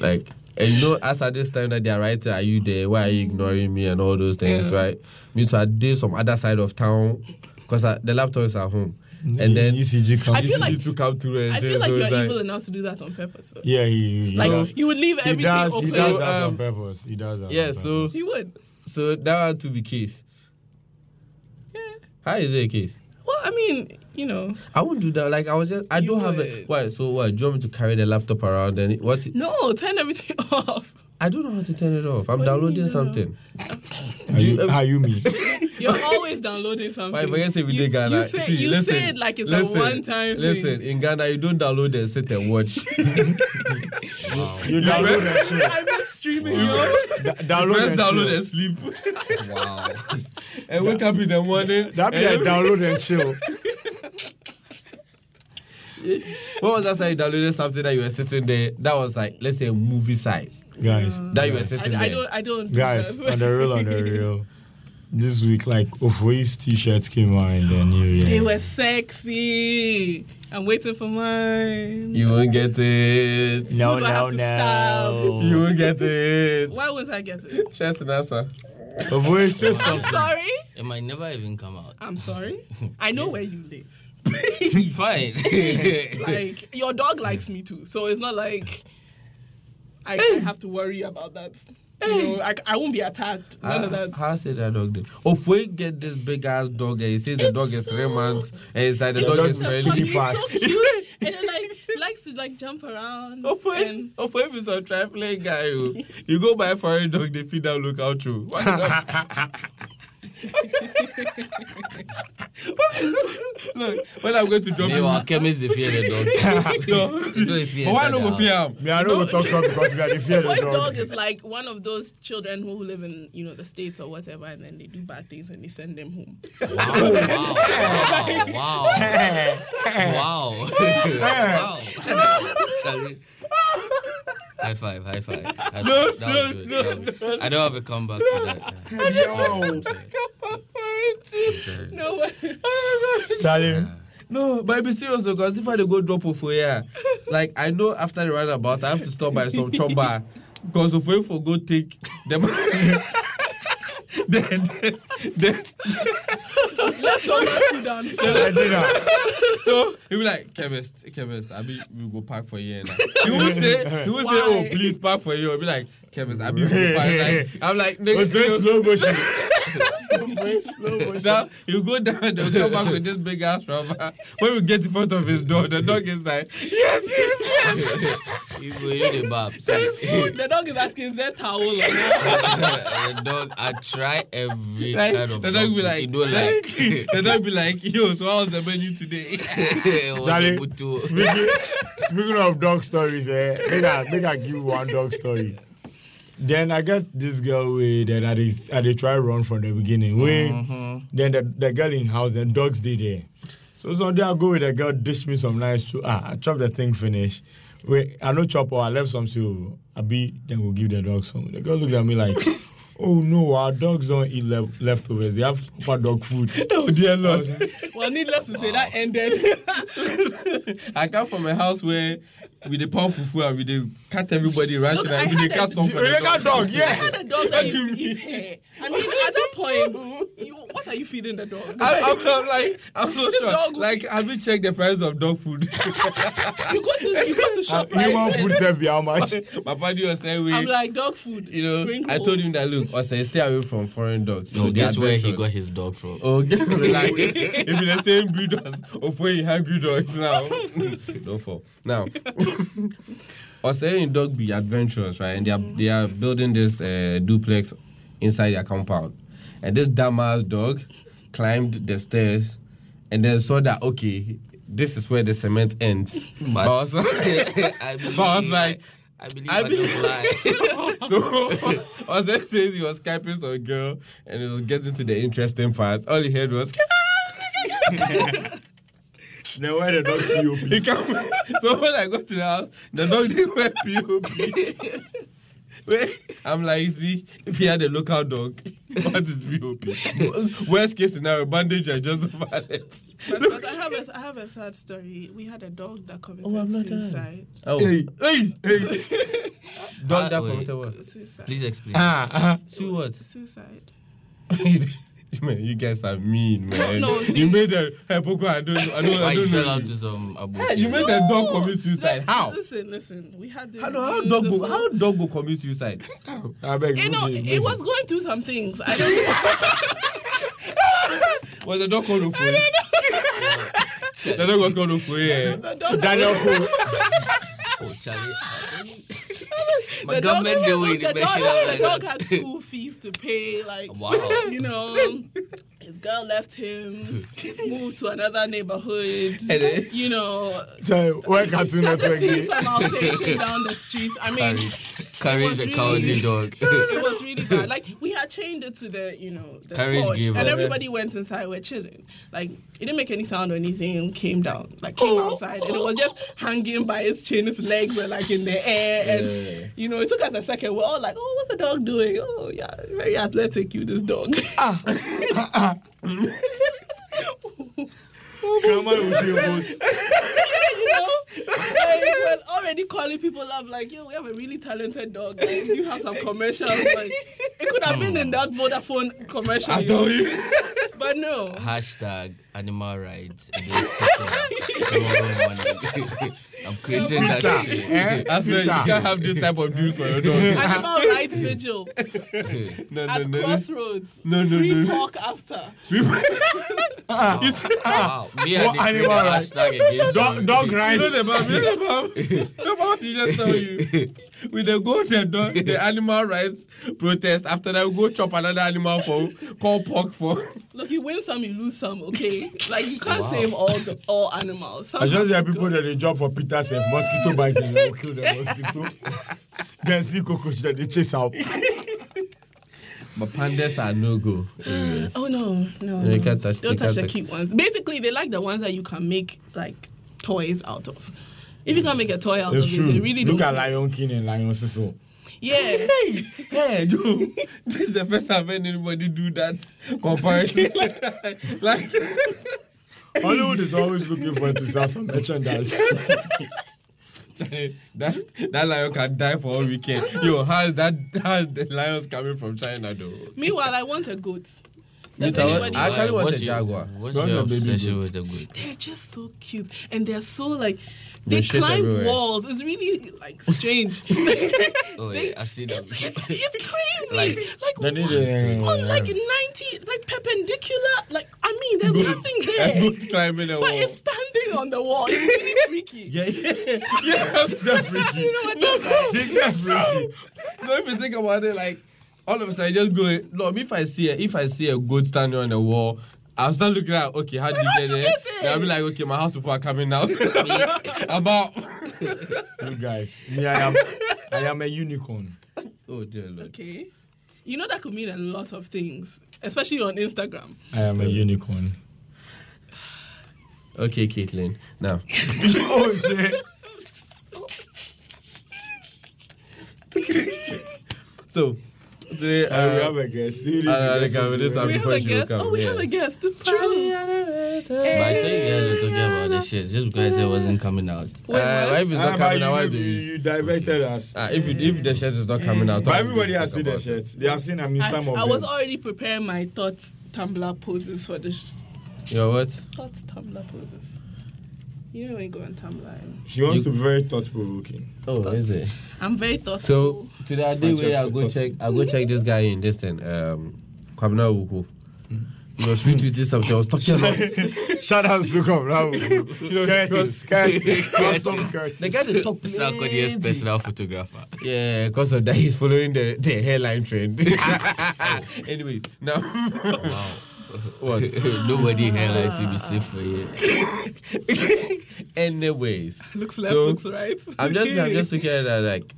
Speaker 1: like, and you know, as at this time that they're writing, "Are you there? Why are you ignoring me?" and all those things,
Speaker 2: Yeah.
Speaker 1: right? Means I did some other side of town because the laptop is at home, and then
Speaker 3: ECG comes.
Speaker 2: I feel like-
Speaker 1: you two come through and
Speaker 2: I
Speaker 1: say,
Speaker 2: feel like
Speaker 1: so
Speaker 2: you're
Speaker 1: it's like,
Speaker 2: evil enough to do that on purpose. though.
Speaker 3: yeah, he, he,
Speaker 2: Like
Speaker 3: does-
Speaker 2: you would leave
Speaker 3: he
Speaker 2: everything
Speaker 3: does.
Speaker 2: open.
Speaker 3: He does
Speaker 1: So,
Speaker 3: that on
Speaker 1: um,
Speaker 3: purpose. He does that.
Speaker 1: yeah.
Speaker 3: on
Speaker 1: So,
Speaker 2: You would.
Speaker 1: so that had to be case.
Speaker 2: Yeah.
Speaker 1: How is it a case?
Speaker 2: Well, I mean, you know.
Speaker 1: I won't do that. Like I was just, I
Speaker 2: You
Speaker 1: don't have a
Speaker 2: would.
Speaker 1: why. So what? Do you want me to carry the laptop around? And what?
Speaker 2: No, turn everything <laughs> off.
Speaker 1: I don't know how to turn it off. I'm
Speaker 2: What do you mean
Speaker 1: downloading
Speaker 2: you don't know?
Speaker 1: something.
Speaker 3: purpose. Are you,
Speaker 1: you-
Speaker 3: are you me?
Speaker 2: You're always downloading something.
Speaker 1: Why forget say we
Speaker 2: you,
Speaker 1: did Ghana?
Speaker 2: You say,
Speaker 1: See,
Speaker 2: you
Speaker 1: listen,
Speaker 2: say it like it's
Speaker 1: listen,
Speaker 2: a one-time
Speaker 1: Listen, in Ghana, you don't download and sit and watch.
Speaker 3: You download that
Speaker 2: thing. I miss streaming. Yo.
Speaker 3: shit. <laughs> Download
Speaker 1: First
Speaker 3: that
Speaker 1: download
Speaker 3: shit.
Speaker 1: and sleep,
Speaker 4: Wow.
Speaker 1: <laughs> and wake up in the morning.
Speaker 3: That be
Speaker 1: <laughs>
Speaker 3: a
Speaker 1: and-
Speaker 3: download and chill.
Speaker 1: When was that time you downloaded something that you were sitting there? That was like, let's say, movie size.
Speaker 3: Guys.
Speaker 1: That you were
Speaker 2: I,
Speaker 1: sitting
Speaker 2: I
Speaker 1: there.
Speaker 2: don't. I don't. do
Speaker 3: Guys,
Speaker 2: that.
Speaker 3: on the real,
Speaker 2: <laughs>
Speaker 3: on the real. This week, like, Ofoi's t shirts came out in the new year.
Speaker 2: They were sexy. I'm waiting for mine.
Speaker 1: You won't get it.
Speaker 3: No,
Speaker 2: Who do I
Speaker 3: no,
Speaker 2: have to
Speaker 3: no.
Speaker 1: You won't get it.
Speaker 2: Why was I getting? it?
Speaker 1: Chance and answer.
Speaker 3: Ofoy says
Speaker 2: I'm
Speaker 3: something.
Speaker 2: sorry.
Speaker 4: It might never even come out.
Speaker 1: <laughs>
Speaker 2: I'm sorry. I know where you live. <laughs>
Speaker 4: Fine.
Speaker 2: like your dog likes me too, so it's not like I, I have to worry about that. You know, I, I won't be attacked. None of
Speaker 1: Ah,
Speaker 2: that.
Speaker 1: How say that dog did? Oh, if we get this big ass dog and he says the dog is three months and it's like the
Speaker 3: The
Speaker 1: dog
Speaker 3: dog
Speaker 1: is
Speaker 3: is
Speaker 1: friendly.
Speaker 3: funny.
Speaker 2: He's <laughs>
Speaker 3: pass.
Speaker 2: so
Speaker 1: <laughs>
Speaker 2: cute, and then like he likes to like jump around.
Speaker 1: Ofoe
Speaker 2: and
Speaker 1: Ofoe is a trifling guy.
Speaker 2: <laughs>
Speaker 1: oh. You go buy foreign dog, they feed them look out oh. you. <laughs> Look, when I'm going to drop
Speaker 4: Meanwhile,
Speaker 1: you,
Speaker 4: chemists, they fear the
Speaker 1: <laughs>
Speaker 4: dog.
Speaker 1: No.
Speaker 4: You know, they fear
Speaker 1: but why
Speaker 4: that
Speaker 1: not go
Speaker 4: dog.
Speaker 1: fear am?
Speaker 3: Me, I don't go talk so because we are the
Speaker 2: <laughs>
Speaker 3: fear of
Speaker 2: Boy
Speaker 3: the
Speaker 2: dog is
Speaker 3: dog.
Speaker 2: like one of those children who live in you know the states or whatever, and then they do bad things and they send them <laughs> home.
Speaker 4: Wow. Wow. Wow.
Speaker 1: <laughs>
Speaker 4: Wow. wow. Charlie. High five, high five. High five. No, that was good. that was good. I don't have a comeback for that. Yeah. <laughs> I'm sorry. I'm sorry.
Speaker 2: No way. <laughs>
Speaker 3: Charlie,
Speaker 1: No, but be serious because if I dey go drop Ofoe here, like I know after the roundabout, I have to <laughs> stop by some chop bar because Ofoe for go take the man, Then, then,
Speaker 2: Let's go back to Dan.
Speaker 3: I
Speaker 2: <laughs>
Speaker 3: did that.
Speaker 1: so he'll be like, chemist, chemist, I be we go park for you. <laughs> He will say, he will say, oh
Speaker 2: Why?
Speaker 1: please park for you. I'll be like, chemist, I be we go park. Like, I'm like,
Speaker 3: It was
Speaker 1: nigga,
Speaker 3: very
Speaker 1: you-
Speaker 2: <laughs>
Speaker 3: slow motion. Very slow motion.
Speaker 1: Now you go down, they'll come back with this big ass rubber. <laughs> When we get in front of his door, the dog is like, yes, yes, yes.
Speaker 4: you go you the bab.
Speaker 2: There's food. The dog is asking, is there towel or not?
Speaker 4: <laughs> the dog, I try every
Speaker 1: Like,
Speaker 4: kind of
Speaker 1: the dog be
Speaker 4: food.
Speaker 1: like,
Speaker 4: He don't
Speaker 1: <laughs>
Speaker 4: like.
Speaker 1: the dog be like, yo, so how was the menu today?
Speaker 4: <laughs>
Speaker 1: <laughs>
Speaker 4: It was
Speaker 3: Charlie,
Speaker 4: a good tour.
Speaker 3: Speaking, speaking of dog stories, eh, make I make I give you one dog story. Then I got this girl way then I dey I dey try run from the beginning. Way then the, the girl in house, then dogs did there. So someday I go with the girl, dish me some nice too. Ah, I chop the thing finish. Wait, I no chop or I left some so I be then we'll give the dog some. The girl looked at me like, <laughs> oh no, our dogs don't eat lef- leftovers. They have proper dog food.
Speaker 1: oh dear Lord.
Speaker 2: Well, needless to say, that
Speaker 1: <laughs>
Speaker 2: ended.
Speaker 1: I come from a house where we dey pound fufu and we dey cut everybody ration
Speaker 2: I
Speaker 1: and we dey
Speaker 2: had
Speaker 1: cut
Speaker 2: a-
Speaker 1: some for the
Speaker 3: Illegal
Speaker 1: dog.
Speaker 3: dog,
Speaker 2: I
Speaker 3: yeah.
Speaker 2: had a dog that used to eat hair. I mean, at that point, you, what are you feeding the dog?
Speaker 1: I, I'm not like I'm not
Speaker 2: The
Speaker 1: sure.
Speaker 2: dog-
Speaker 1: Like, have you checked the price of dog food? <laughs>
Speaker 2: you go to you go to shop.
Speaker 3: Human
Speaker 2: right?
Speaker 3: food serve be how much?
Speaker 1: My buddy was saying,
Speaker 2: I'm
Speaker 1: we,
Speaker 2: like dog food.
Speaker 1: you know, I
Speaker 2: sprinkles.
Speaker 1: told him that look, I said, stay away from foreign dogs. You
Speaker 4: No,
Speaker 1: know, they are
Speaker 4: guess where he
Speaker 1: adventurous.
Speaker 4: got his dog from?
Speaker 1: Oh, get relax. If you the same breed as Ofoye hungry dogs now. <laughs> Don't fall. Now, Australian dog be adventurous, right? And they are they are building this uh, duplex inside their compound, and this dumbass dog climbed the stairs, and then saw that okay, this is where the cement ends. But
Speaker 4: <laughs>
Speaker 1: also- <laughs>
Speaker 4: I believe,
Speaker 1: I was like,
Speaker 4: I believe
Speaker 1: I
Speaker 4: I,
Speaker 1: believe-
Speaker 4: can fly.
Speaker 1: So <laughs> Ose says he was skyping some girl and he was getting to the interesting part. All he heard was
Speaker 3: <laughs> Then where the dog POP?
Speaker 1: He come. <laughs> So when I go to the house, the dog didn't wear POP. <laughs> Wait, I'm like, you see, if he had a local dog, <laughs> what is POP? <laughs> Worst case scenario, bandage and just <laughs> about it.
Speaker 2: But, but I have a I have a sad story. We had a dog that committed
Speaker 1: I'm not done.
Speaker 2: suicide.
Speaker 1: Oh,
Speaker 3: Hey,
Speaker 1: hey, hey. <laughs> Dog that
Speaker 4: Ah, wait.
Speaker 1: committed what?
Speaker 2: Suicide.
Speaker 4: Please explain.
Speaker 3: Ah, ah.
Speaker 1: See what?
Speaker 2: Suicide.
Speaker 1: <laughs> Man, you guys are mean, man.
Speaker 2: <laughs> No,
Speaker 1: you
Speaker 2: see-
Speaker 1: made a hypocrite. I don't, I don't,
Speaker 4: Why
Speaker 1: I
Speaker 4: you
Speaker 1: don't
Speaker 4: sell
Speaker 1: know.
Speaker 4: out
Speaker 1: You.
Speaker 4: to some abu?
Speaker 1: Hey, you made the dog commit suicide.
Speaker 2: Like,
Speaker 1: How?
Speaker 2: Listen, listen. We had this.
Speaker 1: How, how dog go?
Speaker 2: beautiful-
Speaker 1: How dog go commit suicide?
Speaker 3: I beg
Speaker 2: You know,
Speaker 3: good day,
Speaker 2: it was
Speaker 3: good
Speaker 2: going through some
Speaker 1: <laughs>
Speaker 2: things. I don't know.
Speaker 1: Was the dog called Ofoye? The dog was called Ofoye.
Speaker 2: The
Speaker 3: day.
Speaker 2: dog,
Speaker 3: Daniel Cole.
Speaker 4: Oh, Charlie.
Speaker 2: the
Speaker 4: My
Speaker 2: dog,
Speaker 4: government
Speaker 2: the
Speaker 4: the way
Speaker 2: dog, the
Speaker 4: they make
Speaker 2: dog,
Speaker 4: shit out
Speaker 2: the
Speaker 4: like
Speaker 2: dog
Speaker 4: <laughs>
Speaker 2: had
Speaker 4: that.
Speaker 2: school fees to pay. Like,
Speaker 4: Wow.
Speaker 2: you know, his girl left
Speaker 4: <laughs>
Speaker 2: him, moved to another neighborhood.
Speaker 1: then-
Speaker 2: You know,
Speaker 3: So, where Cartoon Network
Speaker 2: see <laughs>
Speaker 3: day?
Speaker 2: some Alsatian down the street. I mean,
Speaker 4: Carry, carry
Speaker 2: was
Speaker 4: the
Speaker 2: really-
Speaker 4: cowardly dog.
Speaker 2: <laughs> it was really bad. Like we had chained it to the, you know, the
Speaker 4: Carriage
Speaker 2: porch,
Speaker 4: gave
Speaker 2: and
Speaker 4: up.
Speaker 2: everybody went inside. We're chilling. Like it didn't make any sound or anything. Came down, like came outside, and it was just hanging by its chain. Its legs were like in the air, and
Speaker 1: Yeah.
Speaker 2: you know, it took us a second. We're all like, "Oh, what's the dog doing? Oh, yeah, very athletic, you this dog." <laughs>
Speaker 3: Grandma will say both.
Speaker 2: you know, like, we're already calling people up like, yo, we have a really talented dog. Like, you have some commercials, but it could have been in that Vodafone commercial.
Speaker 1: I told you.
Speaker 2: <laughs> But no.
Speaker 4: Hashtag animal rights. in this podcast. Tomorrow morning. <laughs> I'm creating that
Speaker 1: <laughs>
Speaker 3: Eh?
Speaker 4: shit.
Speaker 1: I said you
Speaker 3: Peter.
Speaker 1: can't have this type of views for your dog.
Speaker 2: Animal rights vigil
Speaker 1: No, no,
Speaker 3: <laughs>
Speaker 2: at
Speaker 1: no.
Speaker 2: crossroads.
Speaker 1: No, no,
Speaker 2: Free
Speaker 1: no.
Speaker 2: talk after.
Speaker 4: Wow. Me and
Speaker 3: What
Speaker 4: the created
Speaker 3: animal rights?
Speaker 4: hashtag against
Speaker 3: Dog,
Speaker 4: you.
Speaker 3: dog
Speaker 1: You know
Speaker 3: rights.
Speaker 1: the mom, you know the mom. The mom she just tell you. With the goat and dog, the animal rights protest. After that, we go chop another animal for call pork for.
Speaker 2: Look, you win some, you lose some, okay? Like you can't save all the all animals. Some
Speaker 3: I just hear people that they job for Peter's if mosquito bites them, they will kill the mosquito. then see cockroach that they chase out.
Speaker 1: But pandas are no go.
Speaker 2: Oh no, no.
Speaker 1: Yeah, you
Speaker 2: no.
Speaker 1: can't touch-
Speaker 2: Don't
Speaker 1: you
Speaker 2: touch
Speaker 1: can't
Speaker 2: the
Speaker 1: touch-
Speaker 2: cute ones. Basically, they like the ones that you can make like toys out of. If you can't make a toy out
Speaker 3: It's
Speaker 2: of
Speaker 3: true.
Speaker 2: it, they really
Speaker 3: Look
Speaker 2: don't.
Speaker 3: at Lion King and Lion Cecil.
Speaker 2: Yeah.
Speaker 1: Hey, hey, dude. This is the first time anybody do that comparison. <laughs> like,
Speaker 3: Hollywood is always looking for it to sell some merchandise.
Speaker 1: Charlie, that that lion can die for all weekend. Yo, how's that? How's the lions coming from China though?
Speaker 2: Meanwhile, I want a goat.
Speaker 1: Me
Speaker 2: Does
Speaker 1: too, I want-
Speaker 2: anybody
Speaker 1: I actually
Speaker 4: Why-
Speaker 1: want
Speaker 4: what's
Speaker 1: a
Speaker 4: your-
Speaker 1: jaguar.
Speaker 4: What's
Speaker 3: Don't
Speaker 4: your
Speaker 3: have baby
Speaker 4: obsession
Speaker 3: goats.
Speaker 4: with the goat?
Speaker 2: They're just so cute, and they're so like
Speaker 1: They
Speaker 2: they
Speaker 1: shit
Speaker 2: climb
Speaker 1: everywhere.
Speaker 2: walls. It's really like
Speaker 1: <laughs>
Speaker 2: strange. it's,
Speaker 4: Oh yeah, I've seen them.
Speaker 2: it's crazy. Like,
Speaker 3: They need
Speaker 2: what?
Speaker 3: a-
Speaker 2: on like ninety, like perpendicular. Like I mean, there's
Speaker 1: Good.
Speaker 2: nothing
Speaker 1: A
Speaker 2: there,
Speaker 1: good climbing a
Speaker 2: but it's
Speaker 1: wall.
Speaker 2: standing on the wall. It's
Speaker 1: <laughs>
Speaker 2: really freaky.
Speaker 1: Yeah, yeah.
Speaker 3: Jesus freaky.
Speaker 2: You know what that's like?
Speaker 3: Jesus freaky.
Speaker 1: No, if you think about it, like all of a sudden, just go. No, if I see a, if I see a goat standing on the wall, I'll start looking at okay, how did you get there? Then I'll be like, okay, my house people are coming now. <laughs> About
Speaker 3: You guys, me, I am, I am a unicorn.
Speaker 1: oh dear lord,
Speaker 2: Okay, you know that could mean a lot of things, especially on Instagram.
Speaker 3: I am a unicorn.
Speaker 1: okay, Caitlin, now
Speaker 3: oh shit.
Speaker 1: so today
Speaker 3: Uh, we
Speaker 1: uh,
Speaker 3: have a guest. You need
Speaker 1: I- I
Speaker 3: to
Speaker 1: think I will
Speaker 3: listen
Speaker 1: just
Speaker 3: to
Speaker 1: have-
Speaker 2: we
Speaker 3: it.
Speaker 2: have
Speaker 1: before
Speaker 2: a
Speaker 1: she
Speaker 2: guest.
Speaker 1: will come,
Speaker 2: Oh, we
Speaker 1: yeah.
Speaker 2: have a guest. This time.
Speaker 4: But I thought you guys were talking about this shit just because it wasn't coming out.
Speaker 2: Wait,
Speaker 1: uh,
Speaker 2: what?
Speaker 1: why if it's not
Speaker 3: Ah,
Speaker 1: coming
Speaker 3: but
Speaker 1: out? Why
Speaker 3: you,
Speaker 1: is it
Speaker 3: you,
Speaker 1: used?
Speaker 3: you diverted us.
Speaker 1: Ah, if, it, if the shirt is not coming out,
Speaker 3: But
Speaker 1: I'll
Speaker 3: everybody
Speaker 1: think
Speaker 3: has seen the
Speaker 1: about it.
Speaker 3: shirt. They have seen I mean,
Speaker 2: I,
Speaker 3: some of
Speaker 2: I
Speaker 3: them.
Speaker 2: was already preparing my thoughts Tumblr poses for this.
Speaker 1: Yo, what?
Speaker 2: Thoughts Tumblr poses. You know when you go on Tumblr. and-
Speaker 3: He wants
Speaker 1: You-
Speaker 3: to be very thought provoking.
Speaker 4: <laughs>
Speaker 1: Oh, is it?
Speaker 2: I'm very thoughtful.
Speaker 1: So today I did where I
Speaker 3: Francesco
Speaker 1: go check I go check this guy in this thing. Um Kwabena Wuku. He was retweeting something. I was talking <laughs> about
Speaker 3: Shout outs to come <laughs> round. Curtis, <laughs> Curtis, custom Curtis.
Speaker 1: the guy that talk
Speaker 4: This is our
Speaker 1: plenty.
Speaker 4: personal photographer.
Speaker 1: Yeah, because of that he's following the, the hairline <laughs> trend. Anyways, now <laughs>
Speaker 4: Wow. <laughs>
Speaker 1: What?
Speaker 4: Nobody hairline to be safe for you.
Speaker 1: anyways.
Speaker 2: looks left,
Speaker 1: so-
Speaker 2: looks right.
Speaker 1: I'm
Speaker 2: <laughs>
Speaker 1: just I'm just looking at that like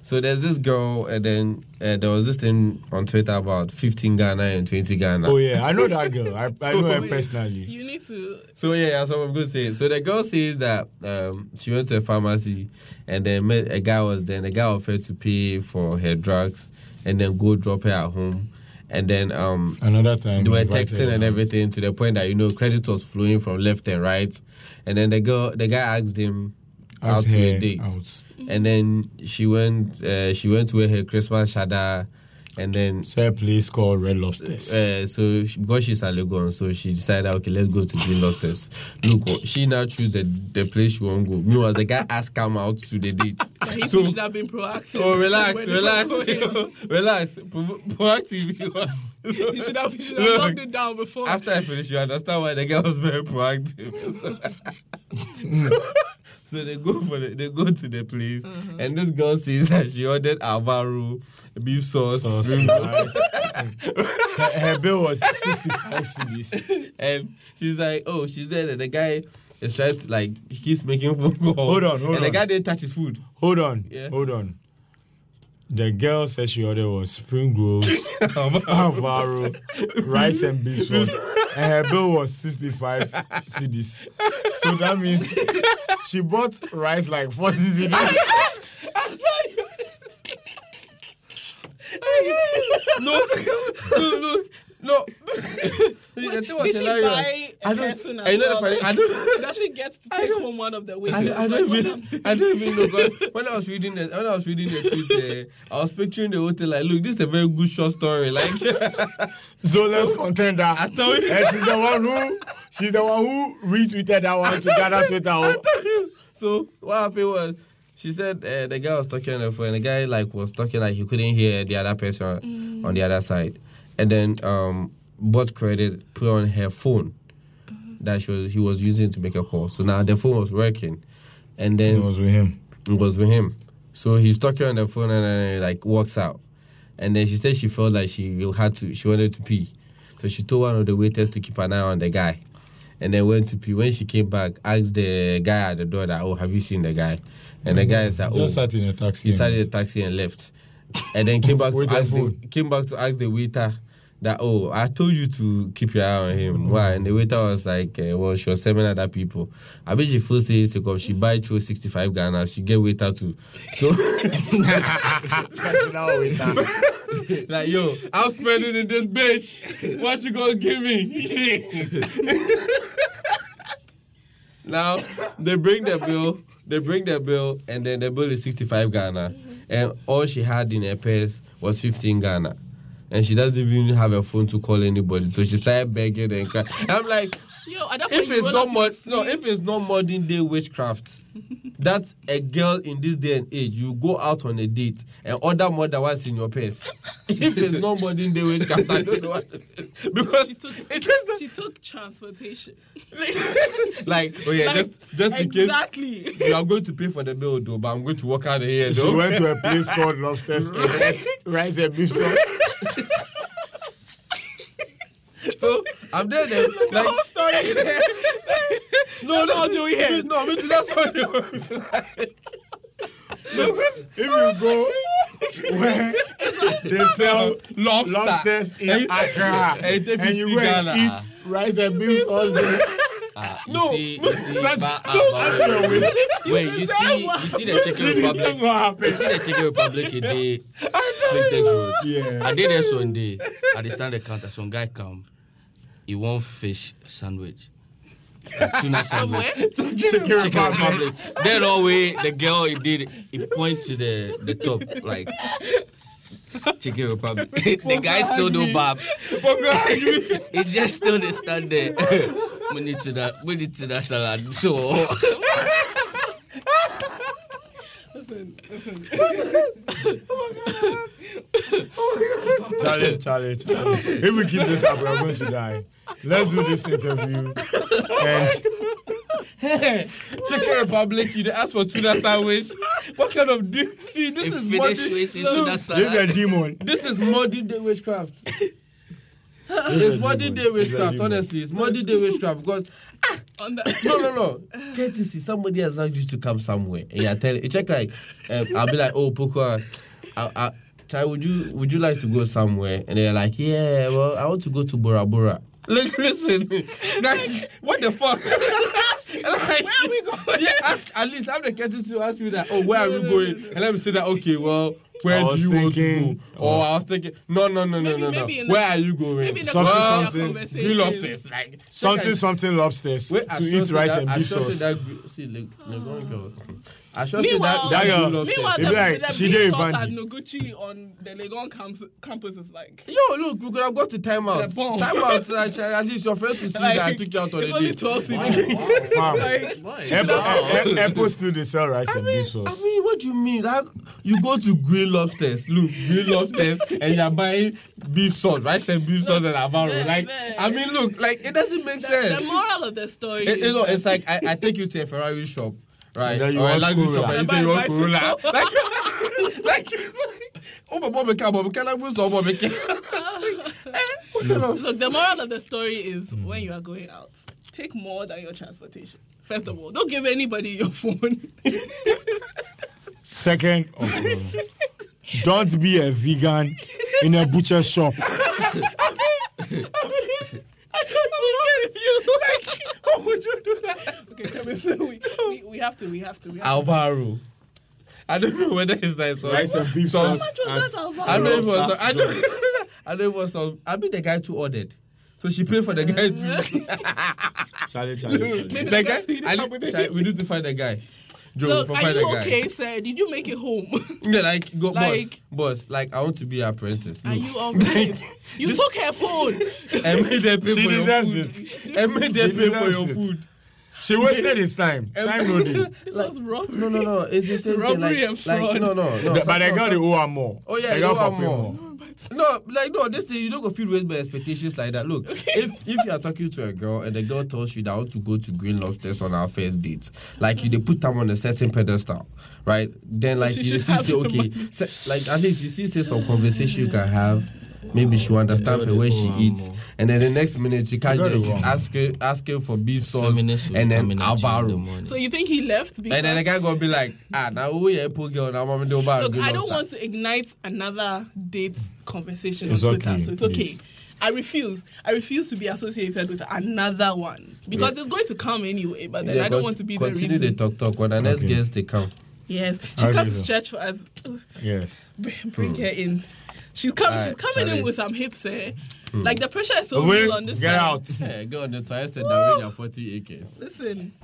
Speaker 1: so there's this girl and then uh, there was this thing on Twitter about 15 Ghana and 20 Ghana.
Speaker 3: Oh yeah, I know that girl. I, I know her
Speaker 2: Wait,
Speaker 3: personally.
Speaker 2: You need to.
Speaker 1: So yeah, that's what I'm gonna say. So the girl says that um, she went to a pharmacy and then met a guy was there. And the guy offered to pay for her drugs and then go drop her at home. And then um,
Speaker 3: Another time.
Speaker 1: they were
Speaker 3: invited
Speaker 1: texting and
Speaker 3: her.
Speaker 1: everything to the point that you know credit was flowing from left and right. And then the girl, the guy asked him out
Speaker 3: Asked
Speaker 1: to a
Speaker 3: her
Speaker 1: date,
Speaker 3: out.
Speaker 1: and then she went. Uh, she went to wear her Christmas shada, and then
Speaker 3: So a place called Red Lobsters.
Speaker 1: uh, so she, because she's a Legon, so she decided, okay, let's go to Green Lobsters. Look, oh, she now choose the, the place she won't go. Meanwhile, the guy asked come out to the
Speaker 2: <laughs>
Speaker 1: date.
Speaker 2: He
Speaker 1: so,
Speaker 2: should have been proactive.
Speaker 1: oh, relax,
Speaker 2: <laughs> When he
Speaker 1: relax,
Speaker 2: was going.
Speaker 1: <laughs> relax. Pro- proactive. you are. <laughs>
Speaker 2: <laughs> You should have, you should have knocked it down before.
Speaker 1: After I finish, you understand why the guy was very proactive. <laughs> so,
Speaker 3: <laughs>
Speaker 1: so they go for the, they go to the place,
Speaker 2: Mm-hmm.
Speaker 1: and this girl says that she ordered avaro, beef sauce,
Speaker 3: So,
Speaker 1: spring roll.
Speaker 3: nice. <laughs> her, her bill was 65 CDs.
Speaker 1: <laughs> And she's like, oh, she's there. And the guy is trying to, like, he keeps making phone calls.
Speaker 3: Hold on, hold
Speaker 1: And the
Speaker 3: on.
Speaker 1: guy didn't touch his
Speaker 2: <laughs>
Speaker 1: food.
Speaker 3: Hold on,
Speaker 1: Yeah.
Speaker 3: hold on. The girl said she ordered was spring rolls, <laughs> avaro, rice and beef sauce, and her bill was 65 CDs. So that means she bought rice like 40 CDs.
Speaker 1: no, <laughs> no, no. No, the thing was
Speaker 2: Did she
Speaker 1: hilarious.
Speaker 2: buy a
Speaker 1: I don't,
Speaker 2: person
Speaker 1: I
Speaker 2: as
Speaker 1: know the
Speaker 2: well?
Speaker 1: funny.
Speaker 2: <laughs>
Speaker 1: I don't.
Speaker 2: Does she get to take home one of the
Speaker 1: I
Speaker 2: wages?
Speaker 1: don't, I don't even I don't even know because when I was reading the when I was reading the tweet, uh, I was picturing the whole thing like, look, this is a very good short story. Like, <laughs>
Speaker 3: So let's contend that. I tell you. And she's the one who she's the one who retweeted that one to Ghana Twitter. oh.
Speaker 1: so what happened was she said uh, the guy was talking on the phone and the guy like was talking like he couldn't hear the other person on the other side and then um bought credit put on her phone that she was, he was using to make a call so now the phone was working and then
Speaker 3: with him.
Speaker 1: it was with him. So he's talking on the phone and then like walks out. And then she said she felt like she had to she wanted to pee. So she told one of the waiters to keep an eye on the guy. And then went to pee. When she came back, asked the guy at the door that, Oh, have you seen the guy? And the guy is like, Oh
Speaker 3: Just sat in a taxi.
Speaker 1: he started a taxi and left. And then came
Speaker 3: <laughs>
Speaker 1: back to
Speaker 3: With the
Speaker 1: ask the,
Speaker 3: food.
Speaker 1: came back to ask the waiter that oh I told you to keep your eye on him. Why? And the waiter was like, eh, well, she was seven other people. I bet she feels say because she buy through sixty five Ghana, she get waiter too. So <laughs> like yo, I'm spending in this bitch. What you gonna give <laughs> me? now they bring the bill. they bring the bill, and then the bill is 65 Ghana. And all she had in her purse was 15 Ghana. And she doesn't even have a phone to call anybody. So she started begging and crying. And I'm like,
Speaker 2: <laughs> Yo, at that point,
Speaker 1: if
Speaker 2: you
Speaker 1: it's
Speaker 2: roll
Speaker 1: not
Speaker 2: up
Speaker 1: mod-
Speaker 2: your
Speaker 1: no,
Speaker 2: sleeve.
Speaker 1: if it's not modern day witchcraft, that's a girl in this day and age. You go out on a date and order more than what's in your purse. <laughs> if it's not modern day witchcraft, I don't know what to say. because
Speaker 2: she took,
Speaker 1: it's just
Speaker 2: she took transportation.
Speaker 1: like oh yeah,
Speaker 2: Like,
Speaker 1: <laughs> just just in case
Speaker 2: exactly.
Speaker 1: you are going to pay for the bill though, but I'm going to walk out of here
Speaker 3: She
Speaker 1: though.
Speaker 3: went to a place called Lobsters and ate rice and beef sauce.
Speaker 1: so I'm there <laughs> then like no no Joey here no me too that's what <laughs> you
Speaker 3: If you go where they sell
Speaker 1: lobster
Speaker 3: lobsters in Accra
Speaker 1: and
Speaker 3: and,
Speaker 1: take 50
Speaker 3: you go and
Speaker 1: Ghana.
Speaker 3: eat rice and beef sauce there,
Speaker 4: Ah, you
Speaker 1: No,
Speaker 4: see, you see,
Speaker 3: such-
Speaker 4: but, ah,
Speaker 1: uh,
Speaker 3: no,
Speaker 4: but
Speaker 3: such a
Speaker 4: wait,
Speaker 3: waste.
Speaker 4: wait, you see, you see the Czech
Speaker 3: it
Speaker 4: Republic.
Speaker 3: didn't happen.
Speaker 4: You see the Czech Republic
Speaker 1: <laughs>
Speaker 4: a day, Spintex Road.
Speaker 3: Yeah.
Speaker 4: I did this one day. I did stand the counter. Some guy come. He want fish sandwich, a
Speaker 1: <laughs>
Speaker 4: tuna sandwich.
Speaker 3: Chicken
Speaker 4: Chicken
Speaker 3: Republic.
Speaker 4: Republic. Then all way the girl he did he point to the the top like Chicken Republic. <laughs> the guy still do bob.
Speaker 1: <laughs>
Speaker 4: he just still dey stand there. <laughs> we need to that we need to that salad. So <laughs>
Speaker 3: Charlie, Charlie, Charlie. If we keep this up, we are going to die. Let's do this interview. And
Speaker 1: Chicken Republic you they ask for tuna sandwich what kind of deal see this
Speaker 4: he
Speaker 1: is
Speaker 4: finish
Speaker 1: modern-
Speaker 4: with into that
Speaker 3: this is a
Speaker 4: salad.
Speaker 3: demon.
Speaker 1: this is modern day witchcraft
Speaker 3: This is a
Speaker 1: it's modern day
Speaker 3: demon. This is a
Speaker 1: witchcraft
Speaker 3: demon.
Speaker 1: honestly it's modern day witchcraft because
Speaker 2: On that.
Speaker 1: No, no, no. Courtesy. Somebody has asked you to come somewhere. And you're telling, you check like, um, I'll be like, oh, Poco, I, I, Chai, would you would you like to go somewhere? And they're like, yeah, well, I want to go to Bora Bora. <laughs> Like, listen, like, what the fuck? <laughs> like, where are we <laughs> going? Yeah, ask at least have the courtesy to ask you that. Oh, where are we going? And let me say that. Okay, well. Where
Speaker 3: I
Speaker 1: do
Speaker 3: was
Speaker 1: you want
Speaker 3: thinking-
Speaker 1: to go? Oh, I was thinking, no, no, no, no,
Speaker 2: Maybe-
Speaker 1: no, no.
Speaker 2: maybe in the-
Speaker 1: Where are you going?
Speaker 2: Maybe in the
Speaker 3: Something,
Speaker 2: course of
Speaker 3: something.
Speaker 2: your conversation.
Speaker 1: you love this, like
Speaker 3: Something, something lobsters
Speaker 1: Wait, I
Speaker 3: to
Speaker 1: sure
Speaker 3: eat
Speaker 1: say
Speaker 3: rice
Speaker 1: that,
Speaker 3: and
Speaker 1: I
Speaker 3: beef
Speaker 1: sure say
Speaker 3: sauce.
Speaker 1: That, gr- see, Le, Legon girl. I sure say
Speaker 2: Meanwhile-
Speaker 1: that. that
Speaker 3: That
Speaker 1: girl
Speaker 3: girl-
Speaker 1: loves
Speaker 2: Meanwhile,
Speaker 1: it.
Speaker 2: the,
Speaker 3: They be like,
Speaker 2: the
Speaker 3: she
Speaker 2: beef
Speaker 3: dey
Speaker 2: sauce at
Speaker 3: Vandy.
Speaker 2: Noguchi on the Legon camps, campus is like.
Speaker 1: Yo, look, we could have got to timeout.
Speaker 2: The bomb.
Speaker 1: Timeout, like, uh, at least your friends will see that I took you out on
Speaker 2: if
Speaker 1: a
Speaker 2: only
Speaker 1: date.
Speaker 2: to us,
Speaker 1: I
Speaker 2: even-
Speaker 1: <laughs>
Speaker 3: Farm.
Speaker 2: like,
Speaker 3: Apple still they sell rice and
Speaker 1: mean,
Speaker 3: beef sauce.
Speaker 1: I mean, what do you mean? Like, you go to Green Lobsters, look, Green
Speaker 2: <laughs>
Speaker 1: Lobsters, and you're buying beef sauce, rice and beef sauce and Avaro.
Speaker 2: man,
Speaker 1: Like,
Speaker 2: man.
Speaker 1: I mean, look, like, it doesn't make sense.
Speaker 2: the moral of the story.
Speaker 1: It- you
Speaker 2: is
Speaker 1: know,
Speaker 2: that-
Speaker 1: it's like I, I take you to a Ferrari shop, right?
Speaker 3: then you
Speaker 1: or a
Speaker 3: want
Speaker 1: luxury
Speaker 3: Corolla.
Speaker 1: shop, and you
Speaker 2: I
Speaker 1: say you
Speaker 2: buy a
Speaker 1: want Corolla. Like,
Speaker 2: bicycle.
Speaker 1: like, <laughs> oh my Bobby can, Bobby can I move some Bobby can? What kind of?
Speaker 2: Look, the moral of the story is when you are going out, take more than your transportation. First of all, don't give anybody
Speaker 1: <laughs>
Speaker 2: your phone. <laughs>
Speaker 3: Second, of all, don't be a vegan in a butcher shop.
Speaker 1: How would you do that?
Speaker 2: okay, come here. So <laughs> we, we, we have to, we have to. We have
Speaker 1: Alvaro. I don't know whether it's nice or
Speaker 3: Rice and beef
Speaker 1: some-
Speaker 3: sauce.
Speaker 2: to. How much was that, Alvaro?
Speaker 1: I don't know if it was. I don't. I don't know <laughs> if it was. some- I mean, the guy too ordered, so she paid for the guy
Speaker 2: <laughs>
Speaker 1: too.
Speaker 3: Charlie, Charlie, Charlie.
Speaker 1: the guy. I, Chai, we need to find the guy. Joe,
Speaker 2: Look,
Speaker 1: for
Speaker 2: are
Speaker 1: find the
Speaker 2: you
Speaker 1: guy.
Speaker 2: okay, sir? Did you make it home?
Speaker 1: <laughs>
Speaker 2: <laughs>
Speaker 1: Yeah, like go
Speaker 2: Like-
Speaker 1: boss, boss. Like I want to be an apprentice.
Speaker 2: are
Speaker 1: Look.
Speaker 2: you alright? You took her phone. <laughs>
Speaker 1: and made them pay
Speaker 3: She
Speaker 1: for your
Speaker 3: deserves
Speaker 1: food.
Speaker 3: it.
Speaker 1: And made them
Speaker 3: She
Speaker 1: pay for
Speaker 3: deserves
Speaker 1: your
Speaker 3: it.
Speaker 1: food.
Speaker 3: She wasted his time. Time no day.
Speaker 2: This was robbery.
Speaker 1: No, no, no. It's the same thing.
Speaker 2: Robbery
Speaker 1: Like,
Speaker 2: and
Speaker 1: like non,
Speaker 2: fraud.
Speaker 1: no, no, no.
Speaker 3: But the
Speaker 1: some-
Speaker 3: girl they
Speaker 1: some-
Speaker 3: owe her more.
Speaker 1: Oh yeah,
Speaker 3: the
Speaker 1: you
Speaker 3: girl
Speaker 1: owe
Speaker 3: for
Speaker 1: her
Speaker 3: pay
Speaker 1: more. No, like no. This thing you don't go feel raised by expectations like that. Look, if if you are talking to a girl and the girl tells you that I want to go to Green Lobsters on our first date, like you they put them on a certain pedestal, right? Then like
Speaker 2: she
Speaker 1: you
Speaker 2: should
Speaker 1: see
Speaker 2: have
Speaker 1: say
Speaker 2: the
Speaker 1: okay,
Speaker 2: money.
Speaker 1: se- like at least you see say some conversation you can have. Maybe she will understand her
Speaker 4: Really
Speaker 1: when she
Speaker 4: owe her
Speaker 1: eats,
Speaker 4: more.
Speaker 1: and then the next minute she can't.
Speaker 3: got it
Speaker 1: She's
Speaker 3: wrong.
Speaker 1: asking asking for beef sauce
Speaker 4: Feminists will
Speaker 1: and
Speaker 4: come
Speaker 1: then
Speaker 4: in at you in the
Speaker 1: Alvaro.
Speaker 4: morning.
Speaker 2: So you think he left? Because
Speaker 1: And then the guy gonna be like, ah, now who you poor girl? Now mama do bar.
Speaker 2: Look,
Speaker 1: do
Speaker 2: I don't
Speaker 1: lobster."
Speaker 2: want to ignite another date conversation
Speaker 3: It's
Speaker 2: on
Speaker 3: okay,
Speaker 2: Twitter, so it's okay.
Speaker 3: please.
Speaker 2: I refuse. I refuse to be associated with another one because it's going to come anyway. But then
Speaker 1: Yeah,
Speaker 2: I don't
Speaker 1: but
Speaker 2: want to be the
Speaker 1: continue
Speaker 2: reason.
Speaker 1: the talk talk. When the next
Speaker 3: Okay.
Speaker 1: guest they
Speaker 2: <laughs>
Speaker 1: come,
Speaker 2: yes, she
Speaker 3: I'll
Speaker 2: can't
Speaker 3: give it.
Speaker 2: stretch for us. <sighs> Ugh,
Speaker 3: Yes.
Speaker 2: Bring, bring her in. She's
Speaker 1: Hmm.
Speaker 2: coming.
Speaker 1: Alright, Hmm.
Speaker 2: she's coming
Speaker 1: Charlie.
Speaker 2: in with some hips, eh? Like the pressure is so
Speaker 3: Wait,
Speaker 2: real on this
Speaker 3: get
Speaker 1: <laughs>
Speaker 2: side.
Speaker 3: out.
Speaker 1: hey, go on the twice and arrange your forty acres.
Speaker 2: Listen.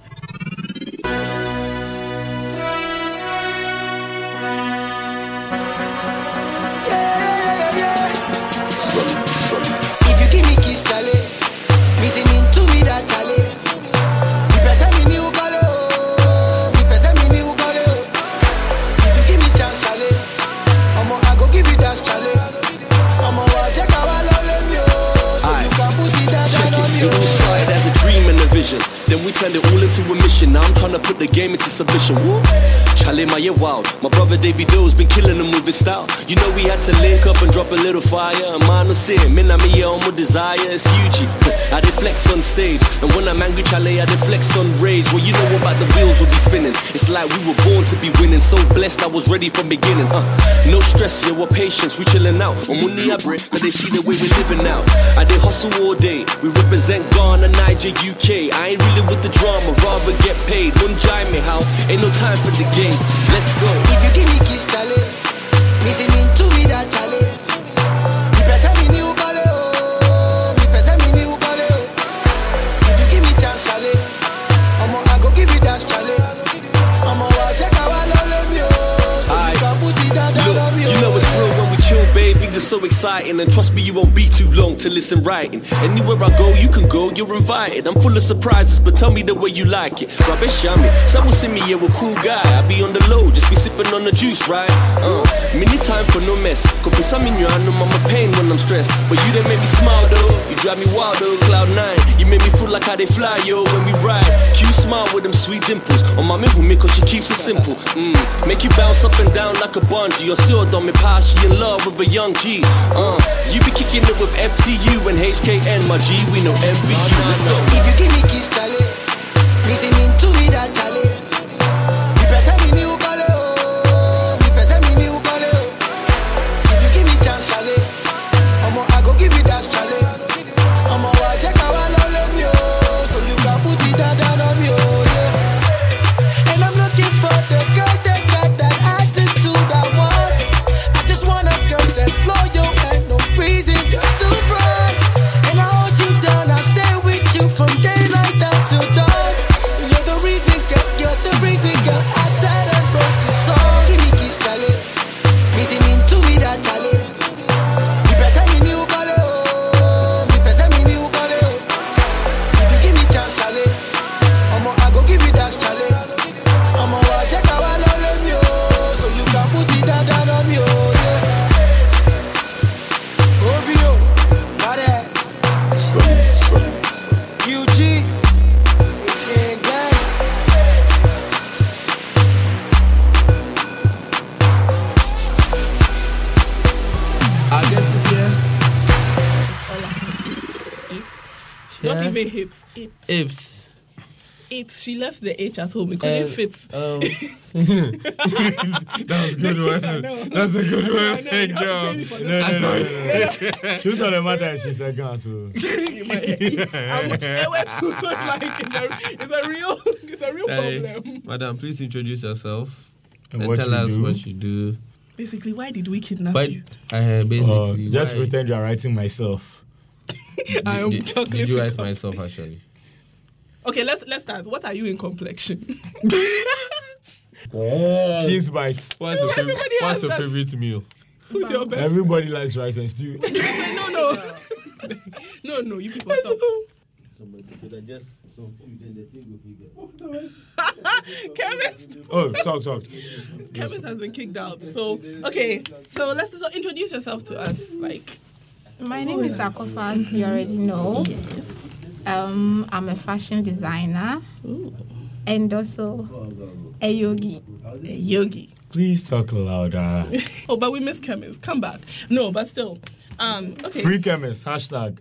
Speaker 6: If you give me kiss, chale, me say mean to me that chale. The person me new call oh, the person me new call oh. If you give me chance, chale, Omo, I go give you that chale. Omo, wa check how I love you, so you can put it down
Speaker 7: Check
Speaker 6: on
Speaker 7: it,
Speaker 6: you.
Speaker 7: it all started as a dream and a vision. Then we turned it all into a mission. Now I'm trying to put the game into submission. Woo. Chale, my year wild. My brother Davey Doe's been killing them with his style. You know we had to link up and drop a little fire. And mine was saying, man, I'm here on my desire. It's Uji. <laughs> I deflex on stage. And when I'm angry, Chale, I deflex on rage. Well, you know about the wheels will be spinning. It's like we were born to be winning. So blessed, I was ready from beginning. Uh, no stress, yo, we're patience. We chilling out. On money, I break, but they see the way we living now. I did hustle all day. We represent Ghana, Niger, UK. I ain't really with the drama, rather get paid. Don't jive me, how? Ain't no time for the games. Let's go.
Speaker 6: If you give me kiss, chale, me say mean to me that chale. The person me new call oh, the person me new call oh. If you give me chance, chale, Omo, I go give you that chale. Omo, wa check how I love you, oh. so
Speaker 7: Aye.
Speaker 6: you can put it down
Speaker 7: Look,
Speaker 6: on you. oh.
Speaker 7: you know it's real when we chill, babe. Things are so exciting, and trust me, you won't be too long till it's in writing. Anywhere I go, you can go, you're invited. I'm full of surprises, but tell me the way you like it. Rubbish, I mean, some will see me, yeah, a cool guy. I be on the low, just be sipping on the juice, right? Uh, many time for no mess. Could put some in you, I know my pain when I'm stressed. But you done make me smile, though. You drive me wild, though, cloud nine. You make me feel like how they fly, yo, when we ride. Q smile with them sweet dimples. On my middle, me, cause she keeps it simple. Mm. Make you bounce up and down like a bungee. Your seal don't me pie, she in love with a young G. Uh, you be kicking it with FTU and HKN, my G. We know MVU. Let's go.
Speaker 6: If you give me kiss, chale, me say mean to me that chale. The person me new call oh, the person me new call oh. If you give me chance, chale, Omo, I go give you that chale. Omo, I check how I love you, so you can put it down on you. Yeah. And I'm looking for the girl that got that attitude I want. I just want a girl that's loyal and no reason just to run. And I hold you down, I stay with you from daylight down till dawn. You're the reason, girl. You're the reason, girl. I said and wrote this song. Give me kiss, chale. Me say mean to me that chale. Me pesa me new kale oh. Me pesa me new kale oh. If you give me chance, chale. Omo, I go give you that chale. Omo, I check how I love you, so you can put it down down on me, oh, yeah. Obio, Badass, QG, Chain Gang.
Speaker 1: I guess it's here.
Speaker 2: Not
Speaker 1: Yeah.
Speaker 2: even hips. It,
Speaker 1: Ips.
Speaker 2: it. She left the H at home. It couldn't
Speaker 1: Um,
Speaker 2: fit.
Speaker 1: Um,
Speaker 3: That's a
Speaker 2: <laughs>
Speaker 3: good one. That's a good one.
Speaker 2: know,
Speaker 3: Hey,
Speaker 2: you have to
Speaker 3: girl.
Speaker 2: pay me for
Speaker 3: No, no,
Speaker 1: <laughs>
Speaker 3: no, no, no. Truth of the matter is she's a girl, so.
Speaker 2: I would say we're too so <laughs> like it's a, it's a real it's a real
Speaker 1: hey,
Speaker 2: problem.
Speaker 1: madam, please introduce yourself and,
Speaker 3: what
Speaker 1: tell
Speaker 3: you
Speaker 1: us
Speaker 3: do.
Speaker 1: what you do.
Speaker 2: Basically, why did we kidnap
Speaker 1: But
Speaker 2: you?
Speaker 1: uh,
Speaker 3: Oh,
Speaker 1: basically,
Speaker 3: just
Speaker 1: why-
Speaker 3: pretend you are writing myself.
Speaker 2: <laughs> I am
Speaker 1: Did,
Speaker 2: chocolate.
Speaker 1: did you
Speaker 2: in
Speaker 1: ask
Speaker 2: com-
Speaker 1: myself
Speaker 3: <laughs>
Speaker 1: actually?
Speaker 2: Okay, let's let's start. What are you in complexion? <laughs>
Speaker 3: King's bite.
Speaker 4: What's your favorite?
Speaker 2: Everybody
Speaker 4: What's
Speaker 2: has
Speaker 4: your
Speaker 2: that.
Speaker 4: favorite meal?
Speaker 2: Who's your best?
Speaker 3: Everybody likes rice and stew.
Speaker 2: No, no, <laughs> no, no. You people stop. <laughs> Kevin,
Speaker 3: Oh, talk, talk.
Speaker 2: Kevin has been kicked out. So okay, so let's so introduce yourself to us. Like,
Speaker 8: My name is Akofa, as you already know. Um, I'm a fashion designer and also a yogi.
Speaker 2: yogi.
Speaker 3: Please talk louder.
Speaker 2: Oh, but we miss chemist. Come back. No, but still. Um, okay.
Speaker 3: Free chemist. Hashtag.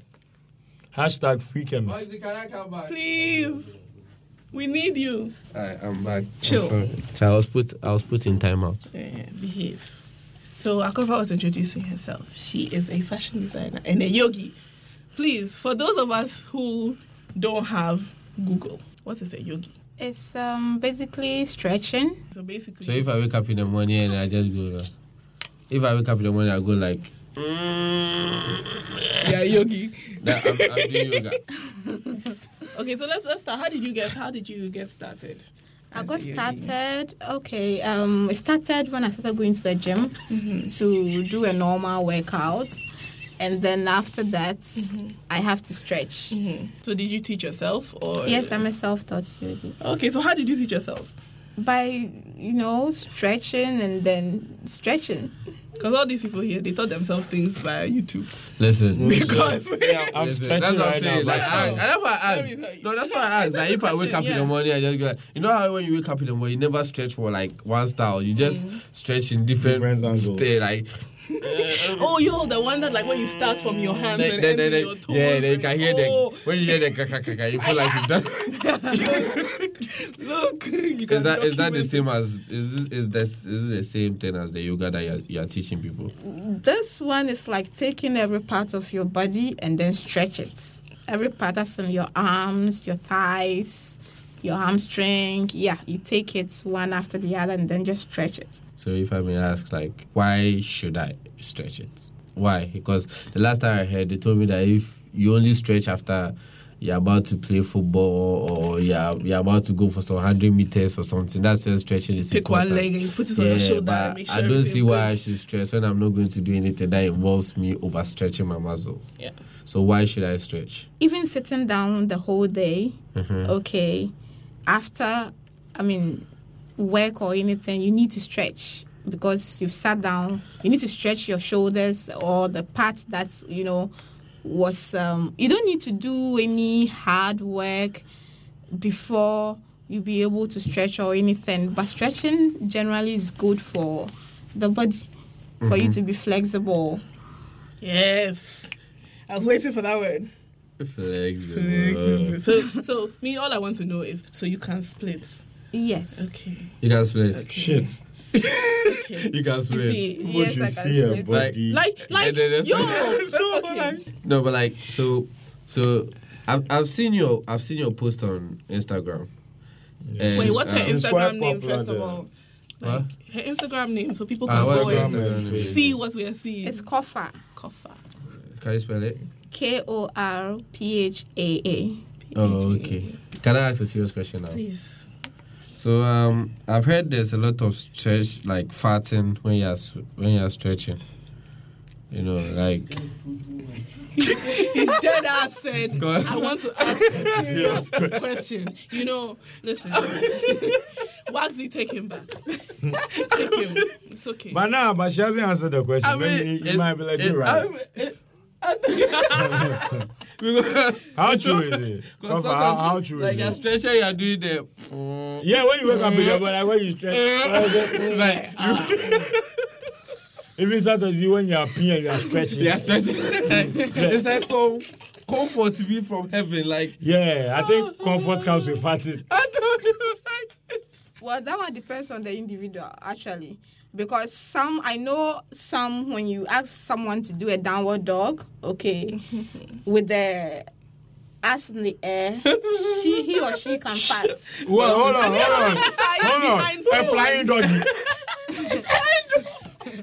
Speaker 3: Hashtag free chemist.
Speaker 2: Please. We need you.
Speaker 1: Alright, I'm back. I'm
Speaker 2: Chill.
Speaker 1: sorry. So I was put I was put in timeout.
Speaker 2: Yeah, behave. So Akofa was introducing herself. She is a fashion designer and a yogi. Please, for those of us who don't have Google, what is a yogi?
Speaker 8: It's um, basically stretching.
Speaker 2: So
Speaker 1: So
Speaker 2: basically,
Speaker 1: if I wake up in the morning and I just go, uh, if I wake up in the morning I go like,
Speaker 2: yeah, yogi.
Speaker 1: that, I'm, I'm doing yoga.
Speaker 2: Okay, so let's let's start. How did you get? How did you get started?
Speaker 8: I got started. Okay, um, it started when I started going to the gym to do a normal workout, and then after that, I have to stretch.
Speaker 2: So did you teach yourself or?
Speaker 8: Yes, I'm a self-taught yogi.
Speaker 2: Okay, so how did you teach yourself?
Speaker 8: By you know stretching and then stretching.
Speaker 2: Because all these people here, they taught themselves things via YouTube.
Speaker 3: <laughs>
Speaker 1: Listen.
Speaker 2: Because
Speaker 3: I'm
Speaker 1: Listen, that's
Speaker 3: stretching
Speaker 1: what I'm
Speaker 3: right now,
Speaker 1: saying.
Speaker 3: but
Speaker 1: Like, I, and that's why I
Speaker 2: Let me
Speaker 1: asked.
Speaker 2: tell you.
Speaker 1: No, that's why I asked. Like, if I wake up in
Speaker 2: Yeah.
Speaker 1: the morning, I just go. You know how when you wake up in the morning, you never stretch for like one style. You just
Speaker 2: Mm-hmm.
Speaker 1: stretch in different,
Speaker 3: Different angles.
Speaker 1: stay like.
Speaker 2: oh, you're the one that like when you start from your hands
Speaker 1: They,
Speaker 2: and
Speaker 1: they,
Speaker 2: then,
Speaker 1: they,
Speaker 2: your
Speaker 1: they,
Speaker 2: toes.
Speaker 1: yeah,
Speaker 2: and-
Speaker 1: they can hear
Speaker 2: oh,
Speaker 1: the when you hear the kaka kaka, you feel like you've
Speaker 2: <laughs>
Speaker 1: done.
Speaker 2: Look, <laughs> you
Speaker 1: Is
Speaker 2: can
Speaker 1: that is that the
Speaker 2: document
Speaker 1: same as is this, is this is it the same thing as the yoga that you're, you're teaching people?
Speaker 8: This one is like taking every part of your body and then stretch it. Every part that's in your arms, your thighs, your hamstring. Yeah, you take it one after the other and then just stretch it.
Speaker 1: So if I may ask, like, why should I stretch it? Why? Because the last time I heard, they told me that if you only stretch after you're about to play football or you're, you're about to go for some hundred meters or something, that's when stretching is
Speaker 2: Pick one
Speaker 1: important.
Speaker 2: leg and put it on your shoulder and
Speaker 1: but
Speaker 2: make
Speaker 1: I
Speaker 2: sure
Speaker 1: don't
Speaker 2: everything
Speaker 1: see why I
Speaker 2: good.
Speaker 1: should stress when I'm not going to do anything that involves me overstretching my muscles.
Speaker 2: Yeah.
Speaker 1: So why should I stretch?
Speaker 8: Even sitting down the whole day, okay, after, I mean, work or anything, you need to stretch because you've sat down. You need to stretch your shoulders or the part that's, you know, was, um, you don't need to do any hard work. before you be able to stretch or anything. But stretching generally is good for the body, for you to be flexible.
Speaker 2: Yes. I was waiting for
Speaker 1: <laughs>
Speaker 2: that word.
Speaker 1: Flexible.
Speaker 2: So, so me, all I want to know is so you can split.
Speaker 8: Yes.
Speaker 2: Okay.
Speaker 1: You can split.
Speaker 3: Shit.
Speaker 2: Okay.
Speaker 1: <laughs> You can
Speaker 2: You
Speaker 1: split.
Speaker 2: see,
Speaker 3: People
Speaker 8: Yes, I
Speaker 3: should
Speaker 8: can
Speaker 3: see her
Speaker 8: split.
Speaker 3: body.
Speaker 2: like, like,
Speaker 1: And then that's-
Speaker 2: yo, <laughs>
Speaker 8: <laughs>
Speaker 2: okay.
Speaker 1: No, but like so, so I've I've seen your I've seen your post on Instagram. And,
Speaker 2: Wait, what's her
Speaker 1: uh,
Speaker 3: She's quite
Speaker 2: Instagram name
Speaker 3: popular
Speaker 2: first of
Speaker 3: there.
Speaker 2: all?
Speaker 1: Huh?
Speaker 2: Like her Instagram name, so people
Speaker 1: Uh,
Speaker 2: can
Speaker 1: what's
Speaker 2: go
Speaker 1: your
Speaker 3: Instagram
Speaker 2: and
Speaker 1: Instagram name?
Speaker 2: see what we are seeing.
Speaker 8: It's COFA.
Speaker 2: Kofa.
Speaker 1: Can you spell it?
Speaker 8: K O R P H A A.
Speaker 1: Oh, okay. Can I ask a serious question now?
Speaker 2: Please.
Speaker 1: So um, I've heard there's a lot of stretch, like farting when you're s- when you're stretching. You know, like <laughs>
Speaker 2: He dead ass said,
Speaker 1: God.
Speaker 2: I want to ask a serious question. You know, listen, <laughs> Wagsy, take him back. take him. It's okay.
Speaker 3: But nah, but she hasn't answered the question. Maybe you
Speaker 1: it-
Speaker 3: might be like,
Speaker 1: it-
Speaker 3: you're right.
Speaker 1: I'm- it- I- because
Speaker 3: How true
Speaker 1: <laughs>
Speaker 3: is it? Come on, how, how
Speaker 1: sometimes, <laughs>
Speaker 3: true
Speaker 1: like you're
Speaker 3: is it?
Speaker 1: stretching, you're doing <laughs> the.
Speaker 3: Yeah, when you wake up in the morning, when you
Speaker 1: <laughs>
Speaker 3: stretch,
Speaker 1: It's like you-
Speaker 3: even Saturday when you are peeing, you are stretching.
Speaker 1: They are <laughs> stretching. it's like some comfort to be from heaven. Like <laughs>
Speaker 3: Yeah, I think comfort comes with farting.
Speaker 1: I don't know.
Speaker 8: Well, that one depends on the individual, actually. Because some, I know some, when you ask someone to do a downward dog, <laughs> okay, with the ass in the air, she, he or she <laughs> can fart.
Speaker 3: Well, hold on, hold on,
Speaker 2: Side
Speaker 3: hold on.
Speaker 2: behind
Speaker 3: A
Speaker 2: someone.
Speaker 3: flying
Speaker 1: <laughs>
Speaker 3: doggy.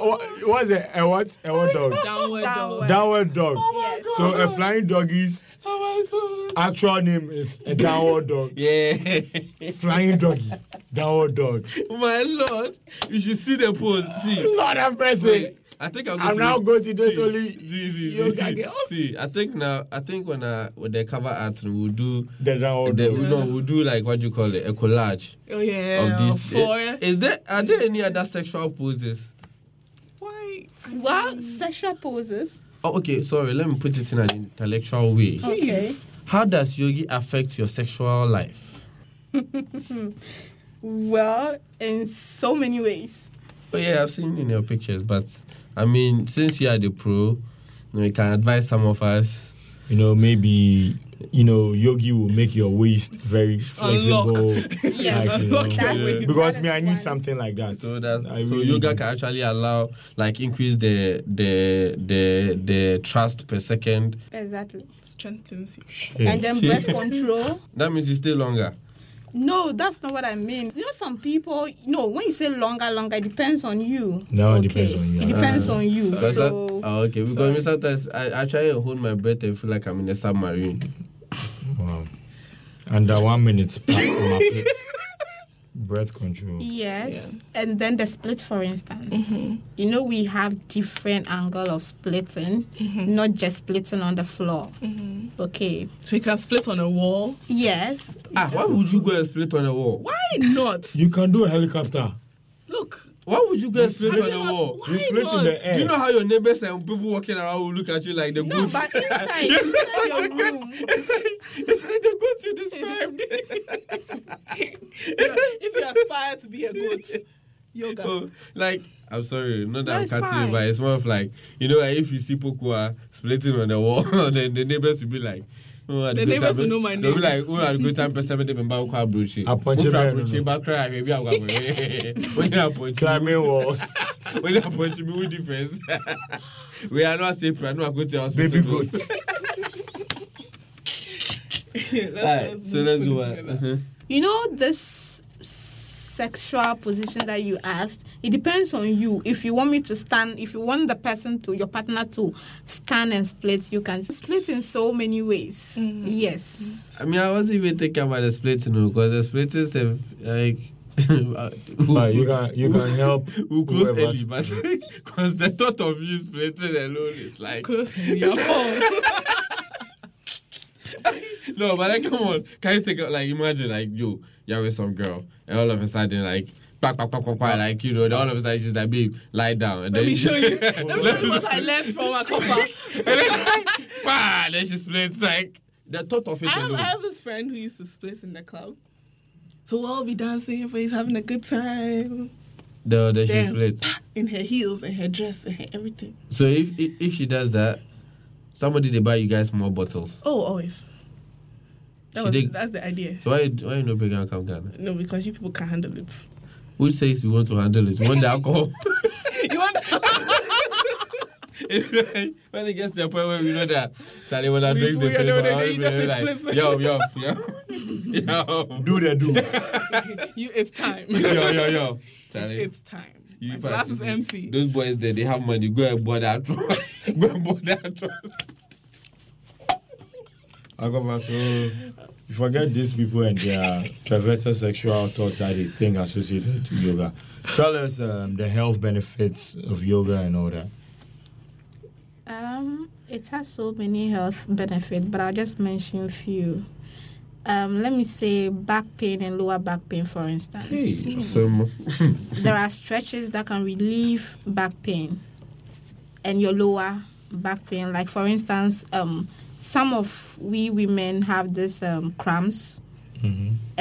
Speaker 3: Wha- What's it? A what? A what dog?
Speaker 2: Downward dog.
Speaker 8: Downward.
Speaker 3: Downward dog.
Speaker 8: Yes.
Speaker 3: so a flying doggy's
Speaker 1: Oh
Speaker 3: actual name is a downward dog.
Speaker 1: my god. Yeah.
Speaker 3: Flying doggy. Downward dog.
Speaker 1: <laughs> my lord. You should see the pose. See.
Speaker 3: Lord have mercy.
Speaker 1: I think I'm going
Speaker 3: I'm
Speaker 1: to
Speaker 3: now
Speaker 1: make-
Speaker 3: going to do it
Speaker 1: See,
Speaker 3: only
Speaker 1: See, see,
Speaker 3: yoga
Speaker 1: see.
Speaker 3: girls.
Speaker 1: See, I think now, I think when uh, with the cover art, we'll do,
Speaker 3: the downward
Speaker 1: the,
Speaker 3: dog.
Speaker 1: no, we'll do like what do you call it, a collage
Speaker 2: Oh, yeah.
Speaker 1: of these.
Speaker 2: Four.
Speaker 1: Is there are there any other sexual poses?
Speaker 2: Why?
Speaker 8: Well, sexual poses.
Speaker 1: Oh, okay, sorry. Let me put it in an intellectual way.
Speaker 8: Okay.
Speaker 1: How does yogi affect your sexual life?
Speaker 8: Well, in so many ways.
Speaker 1: Oh yeah, I've seen in your pictures, but I mean, since you are the pro, we can advise some of us.
Speaker 3: You know, maybe you know, yogi will make your waist very <laughs> flexible.
Speaker 8: Yes,
Speaker 3: like, you know,
Speaker 8: that is-
Speaker 3: because
Speaker 8: that
Speaker 3: me,
Speaker 8: is
Speaker 3: I need
Speaker 8: one.
Speaker 3: something like that.
Speaker 1: So that's
Speaker 3: I
Speaker 1: so
Speaker 3: really
Speaker 1: yoga
Speaker 3: do.
Speaker 1: can actually allow like increase the the the the trust per second.
Speaker 8: Exactly.
Speaker 2: Strengthens you.
Speaker 8: And then breath control.
Speaker 1: That means you stay longer.
Speaker 8: No, that's not what I mean. You know, some people, no, when you say longer, longer, it depends on you.
Speaker 3: No, it depends on you.
Speaker 8: It depends on you.
Speaker 1: Because I-
Speaker 8: Mm. so,
Speaker 1: oh, okay, because me sometimes I, I try to hold my breath and feel like I'm in a submarine.
Speaker 3: Wow. Under one minute. <laughs> pa- ma- pa- Breath control.
Speaker 8: Yes. And then the split, for instance. You know, we have different angle of splitting, not just splitting on the floor. Okay.
Speaker 2: So you can split on a wall.
Speaker 8: Yes.
Speaker 1: Ah, why would you go and split on a wall?
Speaker 2: Why not?
Speaker 3: You can do a helicopter.
Speaker 2: Look,
Speaker 1: Why would you go and split
Speaker 2: have
Speaker 1: on
Speaker 2: you
Speaker 1: a
Speaker 2: not-
Speaker 1: wall?
Speaker 3: You
Speaker 2: Why
Speaker 3: split in
Speaker 2: not?
Speaker 3: the air.
Speaker 1: Do you
Speaker 3: <laughs>
Speaker 1: know how your neighbors and people walking around will look at you like the
Speaker 8: No,
Speaker 1: goats? <laughs>
Speaker 8: but inside, inside your room.
Speaker 1: it's like it's like the goats you
Speaker 8: <laughs>
Speaker 1: described.
Speaker 2: if you aspire to be a goat, yoga.
Speaker 1: So, Oh, like I'm sorry, not that
Speaker 8: No,
Speaker 1: I'm
Speaker 8: it's
Speaker 1: cutting
Speaker 8: fine.
Speaker 1: you, but it's more of like you know, like, if you see Pokua splitting on the wall, <laughs> then the neighbors will be like. Oh,
Speaker 2: The neighbors will know my
Speaker 1: They'll be like,
Speaker 2: name.
Speaker 1: "Oh, at good time, person, they remember who I brought you.
Speaker 3: Aponche
Speaker 1: Who from
Speaker 3: bear, no,
Speaker 1: brought
Speaker 3: no.
Speaker 1: you back cry, maybe I'm going
Speaker 2: <laughs>
Speaker 1: away." When you aponche, <laughs>
Speaker 3: Climbing walls.
Speaker 1: when you aponche, me, what difference? <laughs> We are not safe. We are not going to hospital.
Speaker 3: Baby
Speaker 1: <laughs>
Speaker 3: goats.
Speaker 1: Alright, so let's go. on. Mhm.
Speaker 8: You know this sexual position that you asked. It depends on you. If you want me to stand, if you want the person to your partner to stand and split, you can split in so many ways. Yes.
Speaker 1: I mean, I wasn't even thinking about the splitting because the splitters have like. <laughs>
Speaker 3: But you can you can help.
Speaker 1: We'll close early,
Speaker 3: whoever's-
Speaker 1: but <laughs> because the thought of you splitting alone is like
Speaker 2: Close your wall.
Speaker 1: no, but like come on, can you think of, like imagine like you you're with some girl and all of a sudden like back back back back back like you know then all of a sudden she's like babe lie down and
Speaker 2: Let
Speaker 1: then
Speaker 2: me
Speaker 1: she,
Speaker 2: show
Speaker 1: <laughs>
Speaker 2: you. Let me show you what I learned from Akopa.
Speaker 1: bah, then she splits like the thought of it
Speaker 2: I have,
Speaker 1: alone.
Speaker 2: I have this friend who used to split in the club. So we'll all be dancing, everybody's having a good time.
Speaker 1: the then she
Speaker 2: Damn.
Speaker 1: splits.
Speaker 2: In her heels and her dress and her everything.
Speaker 1: So if, if if she does that, somebody they buy you guys more bottles.
Speaker 2: Oh, always.
Speaker 1: She
Speaker 2: That was,
Speaker 1: did-
Speaker 2: that's the idea.
Speaker 1: So why why you no bring out come Ghana?
Speaker 2: No, because you people can't handle it.
Speaker 1: Who says you want to handle it? You want the alcohol?
Speaker 2: <laughs> You want
Speaker 1: <laughs> when it gets to the point where we know that Charlie when I
Speaker 2: We-
Speaker 1: drink the
Speaker 2: we
Speaker 1: finish,
Speaker 2: know
Speaker 1: I
Speaker 2: that
Speaker 1: always
Speaker 2: they just
Speaker 1: be like,
Speaker 2: explain.
Speaker 1: yo, yo, yo, yo,
Speaker 3: Do the
Speaker 2: <laughs>
Speaker 3: do.
Speaker 2: you? It's time.
Speaker 1: <laughs>
Speaker 2: <laughs>
Speaker 1: yo, yo, yo, Charlie.
Speaker 2: It's time.
Speaker 1: you
Speaker 2: My
Speaker 1: if I
Speaker 2: glass
Speaker 1: see
Speaker 2: is empty.
Speaker 1: Those boys there, they have money. Go and buy that trust. <laughs> Go and buy that trust.
Speaker 3: <laughs> I got my so you forget these people and their perverted sexual thoughts that they think associated to yoga. Tell us um, the health benefits of yoga and all that.
Speaker 8: Um, it has so many health benefits, but I'll just mention a few. Um, let me say back pain and lower back pain, for instance. Mm.
Speaker 1: So,
Speaker 8: there are stretches that can relieve back pain and your lower back pain like for instance um some of we women have this um cramps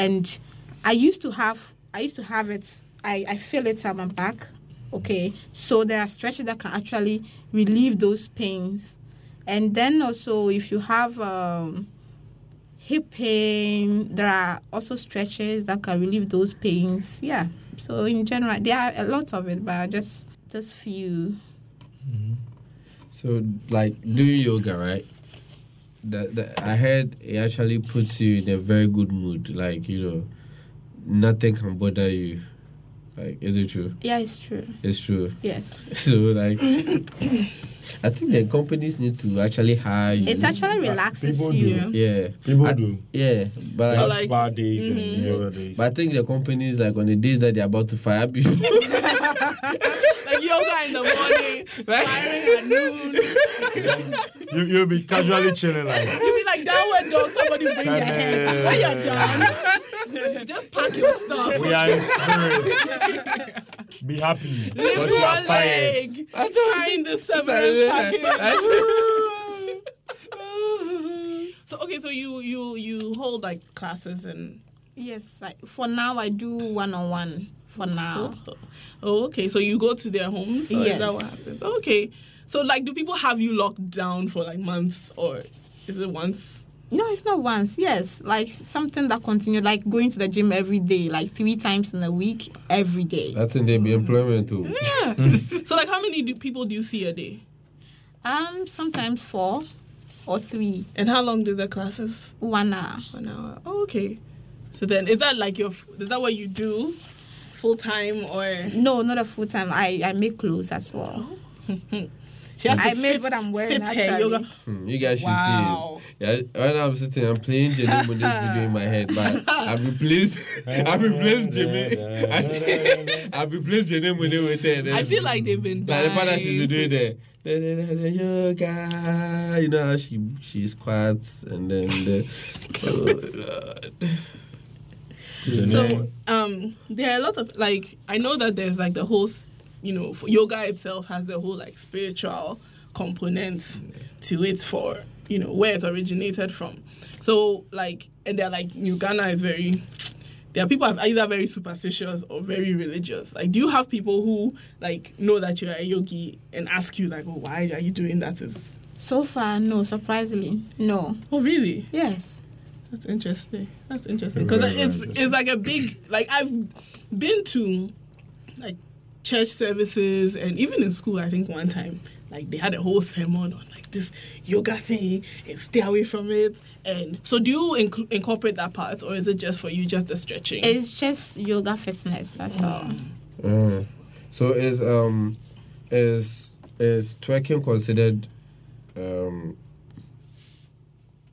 Speaker 8: and i used to have i used to have it i i feel it on my back okay so there are stretches that can actually relieve those pains and then also if you have um hip pain. There are also stretches that can relieve those pains. Yeah. So in general, there are a lot of it, but just just few.
Speaker 1: so like doing yoga, right? That, that I heard it actually puts you in a very good mood. Like you know, nothing can bother you. Like, is it true?
Speaker 8: Yeah, it's true.
Speaker 1: It's true. <laughs>
Speaker 8: Yes,
Speaker 1: So like, I think the companies need to actually hire you.
Speaker 8: it actually relaxes
Speaker 3: people
Speaker 8: you. <laughs>
Speaker 3: do.
Speaker 1: yeah,
Speaker 3: People
Speaker 1: I-
Speaker 3: do.
Speaker 1: yeah, but
Speaker 3: Have
Speaker 1: like, mm-hmm.
Speaker 2: like-
Speaker 3: spa days and yoga days.
Speaker 1: but I think the companies like on the days that they're about to fire people,
Speaker 2: like yoga in the morning, firing at noon.
Speaker 3: you, you'll be casually chilling like
Speaker 1: <laughs>
Speaker 2: You be like downward dog, somebody bring your head. When you're done, just pack your stuff.
Speaker 3: we are in spirits. Be happy.
Speaker 2: Lift
Speaker 3: because you are
Speaker 2: one
Speaker 3: fired.
Speaker 2: leg. Find the severance package. <laughs> So okay, so you you you hold like classes and
Speaker 8: Yes, like for now I do one on one. For now,
Speaker 2: oh okay, so you go to their homes. Or Is
Speaker 8: Yes.
Speaker 2: that what happens? Okay, so like, do people have you locked down for like months or is it once?
Speaker 8: no, it's not once. Yes, like something that continue, like going to the gym every day, like three times in a week, every
Speaker 1: <laughs>
Speaker 8: day.
Speaker 1: that's in the employment too.
Speaker 2: Yeah. <laughs> so like, how many do people do you see a day?
Speaker 8: Um, sometimes four or three,
Speaker 2: And how long do the classes?
Speaker 8: one hour.
Speaker 2: One hour. Oh, okay. So then, is that like your? f- Is that what you do, full time or?
Speaker 8: No, not a full time. I I make clothes as well.
Speaker 2: She has
Speaker 8: I
Speaker 2: to
Speaker 8: made
Speaker 2: Oh. fit,
Speaker 8: what I'm wearing,
Speaker 2: fit her
Speaker 8: actually.
Speaker 2: yoga.
Speaker 1: Hmm, You guys should
Speaker 2: Wow.
Speaker 1: see it. Yeah, right now I'm sitting, I'm playing Jimmy Moniz video
Speaker 2: <laughs>
Speaker 1: in my head, but I've replaced, <laughs> I've replaced Jimmy, <laughs> I've replaced Jimmy Moniz with it.
Speaker 2: I feel like they've been
Speaker 1: Like the part that she's
Speaker 2: dying
Speaker 1: been doing
Speaker 2: to-
Speaker 1: there. Da, da, da, da, yoga, you know how she she squats and then the, <laughs> oh,
Speaker 2: So um, there are a lot of like I know that there's like the whole, s- you know, f yoga itself has the whole like spiritual component to it for you know where it originated from. So like and they're like you know, Ghana is very. There are people who are either very superstitious or very religious. Like, do you have people who like know that you are a yogi and ask you like, "Oh, why are you doing that?" Is
Speaker 8: So far, no. Surprisingly, no.
Speaker 2: oh, really?
Speaker 8: Yes.
Speaker 2: That's interesting. That's interesting because it's it's like a big like I've been to like church services and even in school I think one time like they had a whole sermon on like this yoga thing and stay away from it and so do you inc- incorporate that part or is it just for you just the stretching?
Speaker 8: It's just yoga fitness. That's
Speaker 2: Mm.
Speaker 8: all.
Speaker 1: Uh, so is um is is twerking considered um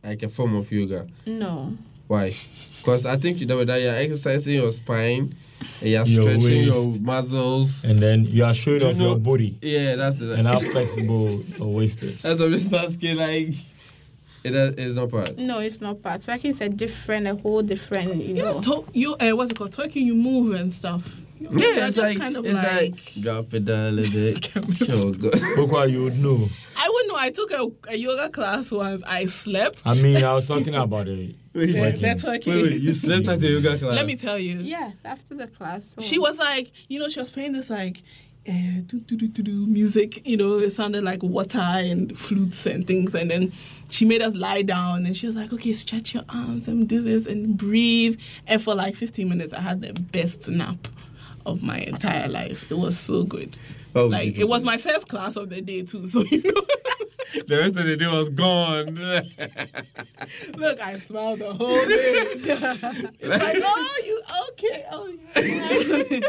Speaker 1: like a form of yoga?
Speaker 8: No.
Speaker 1: Why? Because I think you know that you're exercising your spine, and you're
Speaker 3: Your
Speaker 1: stretching your
Speaker 3: waist.
Speaker 1: muscles.
Speaker 3: And then you are showing
Speaker 1: You
Speaker 3: off
Speaker 1: know-
Speaker 3: your body
Speaker 1: Yeah, that's it.
Speaker 3: and
Speaker 1: <laughs>
Speaker 3: how flexible your waist is.
Speaker 1: that's what I'm just asking. Like, it is not part.
Speaker 8: No, it's not part. Twerking is a different, a whole different, you
Speaker 2: you
Speaker 8: know.
Speaker 2: have to- you uh, what's it called twerking you move and stuff. Yeah,
Speaker 1: it's like, it's like, drop it down a little
Speaker 2: <laughs>
Speaker 1: bit. Show God.
Speaker 3: Boko, you would know.
Speaker 2: I would know. I took a, a yoga class once. I slept.
Speaker 3: I mean, I was talking about it.
Speaker 1: Wait,
Speaker 2: They're
Speaker 1: wait,
Speaker 3: Twerking.
Speaker 2: twerking.
Speaker 1: wait, <laughs> you slept at the yoga class.
Speaker 2: <laughs> Let me tell you.
Speaker 8: Yes, after the class. so-
Speaker 2: She was like, you know, she was playing this like eh, do do do do do music. You know, it sounded like water and flutes and things. And then she made us lie down, and she was like, okay, stretch your arms and do this and breathe. And for like 15 minutes, I had the best nap of my entire life. It was so good.
Speaker 1: Oh,
Speaker 2: like
Speaker 1: did you-
Speaker 2: it was my first class of the day too. So <laughs> you know.
Speaker 1: The rest of the day was gone.
Speaker 2: <laughs> Look, I smiled the whole day. <laughs> it's like, oh, you okay? Oh, you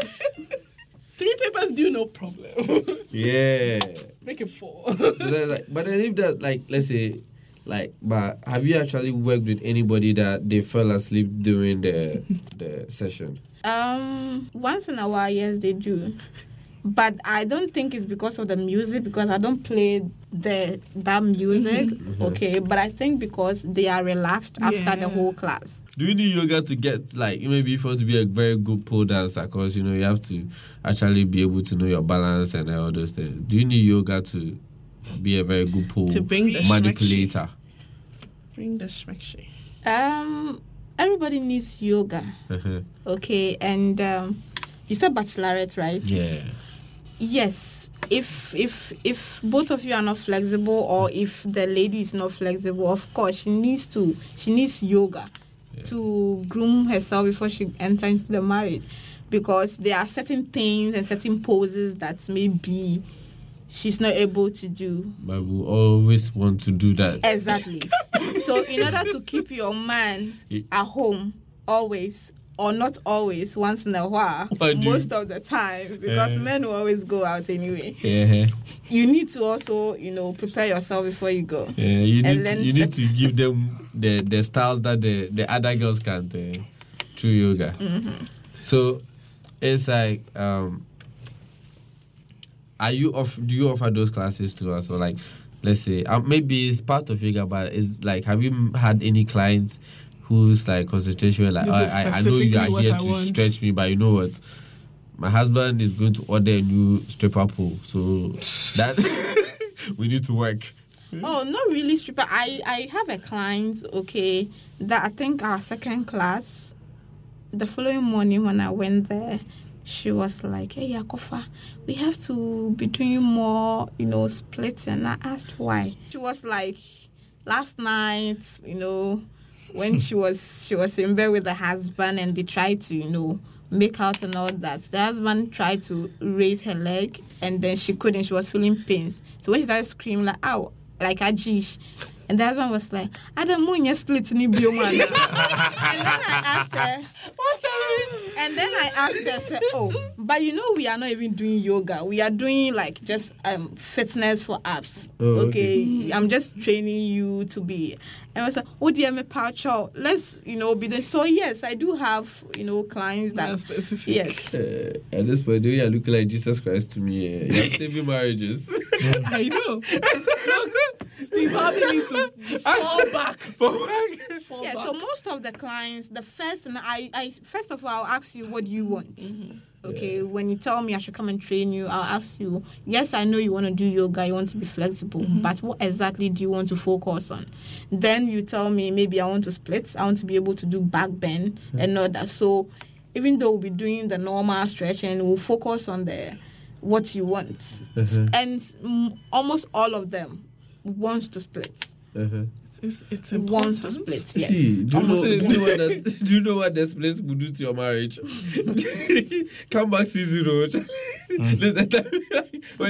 Speaker 2: three papers due, no problem. <laughs>
Speaker 1: yeah.
Speaker 2: Make it four.
Speaker 1: So that's like, but then if that, like, let's say, like, but have you actually worked with anybody that they fell asleep during the the session?
Speaker 8: Um, once in a while, yes, they do, but I don't think it's because of the music because I don't play the that music. Okay, but I think because they are relaxed after
Speaker 2: Mm-hmm. Yeah.
Speaker 8: the whole class.
Speaker 1: Do you need yoga to get like maybe if you want to be a very good pole dancer? Because you know you have to actually be able to know your balance and all those things. Do you need yoga to be a very good pole
Speaker 2: To bring the
Speaker 1: manipulator? <laughs>
Speaker 2: Bring the shmekshi.
Speaker 8: Um, everybody needs yoga.
Speaker 1: Mhm.
Speaker 8: Okay, and um, you said bachelorette, right?
Speaker 1: Yeah.
Speaker 8: Yes. If if if both of you are not flexible, or if the lady is not flexible, of course she needs to she needs yoga to groom herself before she enters into the marriage, because there are certain things and certain poses that maybe she's not able to do
Speaker 1: But we always want to do that.
Speaker 2: Eh.
Speaker 8: exactly. so in order to keep your man
Speaker 1: Ye-
Speaker 8: at home always. Or not always, once in a while,
Speaker 1: Why do you-
Speaker 8: most of the time, because men will always go out anyway
Speaker 1: Yeah.
Speaker 8: you need to also you know prepare yourself before you go
Speaker 1: Yeah, you need
Speaker 8: And
Speaker 1: to,
Speaker 8: then
Speaker 1: you need
Speaker 8: set-
Speaker 1: to give them the the styles that the, the other girls can't uh, through yoga.
Speaker 2: Mm-hmm.
Speaker 1: So it's like, um, are you off? Do you offer those classes to us or like, let's say, uh, maybe it's part of yoga, but it's like, have you m- had any clients? Who's like concentration? were Like
Speaker 2: This
Speaker 1: "Oh,
Speaker 2: is
Speaker 1: I, I know you
Speaker 2: specifically
Speaker 1: are
Speaker 2: what
Speaker 1: here
Speaker 2: I
Speaker 1: to
Speaker 2: want."
Speaker 1: stretch me, but you know what? My husband is going to order a new stripper pole,
Speaker 2: <laughs>
Speaker 1: so that <laughs> we need to work.
Speaker 8: oh not really stripper i i have a client okay that i think our second class the following morning when i went there she was like hey yakofa we have to be doing more you know splits and i asked why she was like last night you know when she was she was in bed with the husband and they tried to you know make out and all that the husband tried to raise her leg and then she couldn't she was feeling pains so when she started screaming like ow like ajish and the husband was like
Speaker 2: <laughs>
Speaker 8: adam when you split ni bio man and then i asked her what And then I asked her, I said, "Oh, but you know we are not even doing yoga. We are doing like just um fitness for apps.
Speaker 9: Oh,
Speaker 8: okay. I'm just training you to be." And I was like, "Oh dear, me pacho. Let's you know be there." So yes, I do have you know clients that
Speaker 2: That's specific.
Speaker 8: yes.
Speaker 1: Uh, at this point, do you look like Jesus Christ to me? eh? You're saving
Speaker 3: <laughs>
Speaker 1: marriages.
Speaker 2: <laughs> I know. Look, Steve Harvey needs to fall back. Fall back. Fall
Speaker 8: Yeah,
Speaker 2: back.
Speaker 8: so most of the clients, the first and I, I first of all, I'll ask you what do you want. Okay, when you tell me I should come and train you, I'll ask you. Yes, I know you want to do yoga, you want to be flexible, but what exactly do you want to focus on? Then you tell me maybe I want to split, I want to be able to do back bend and all that. So even though we'll be doing the normal stretching, we'll focus on the what you want, and mm, almost all of them wants to split,
Speaker 1: Uh-huh.
Speaker 2: it's, it's
Speaker 8: want
Speaker 2: important.
Speaker 8: to split. Yes.
Speaker 1: See, do you, know,
Speaker 2: Almost-
Speaker 1: do, you know what that, do you know what this place will do to your marriage? <laughs> Come back season <laughs> road.
Speaker 3: Mm-hmm.
Speaker 1: when,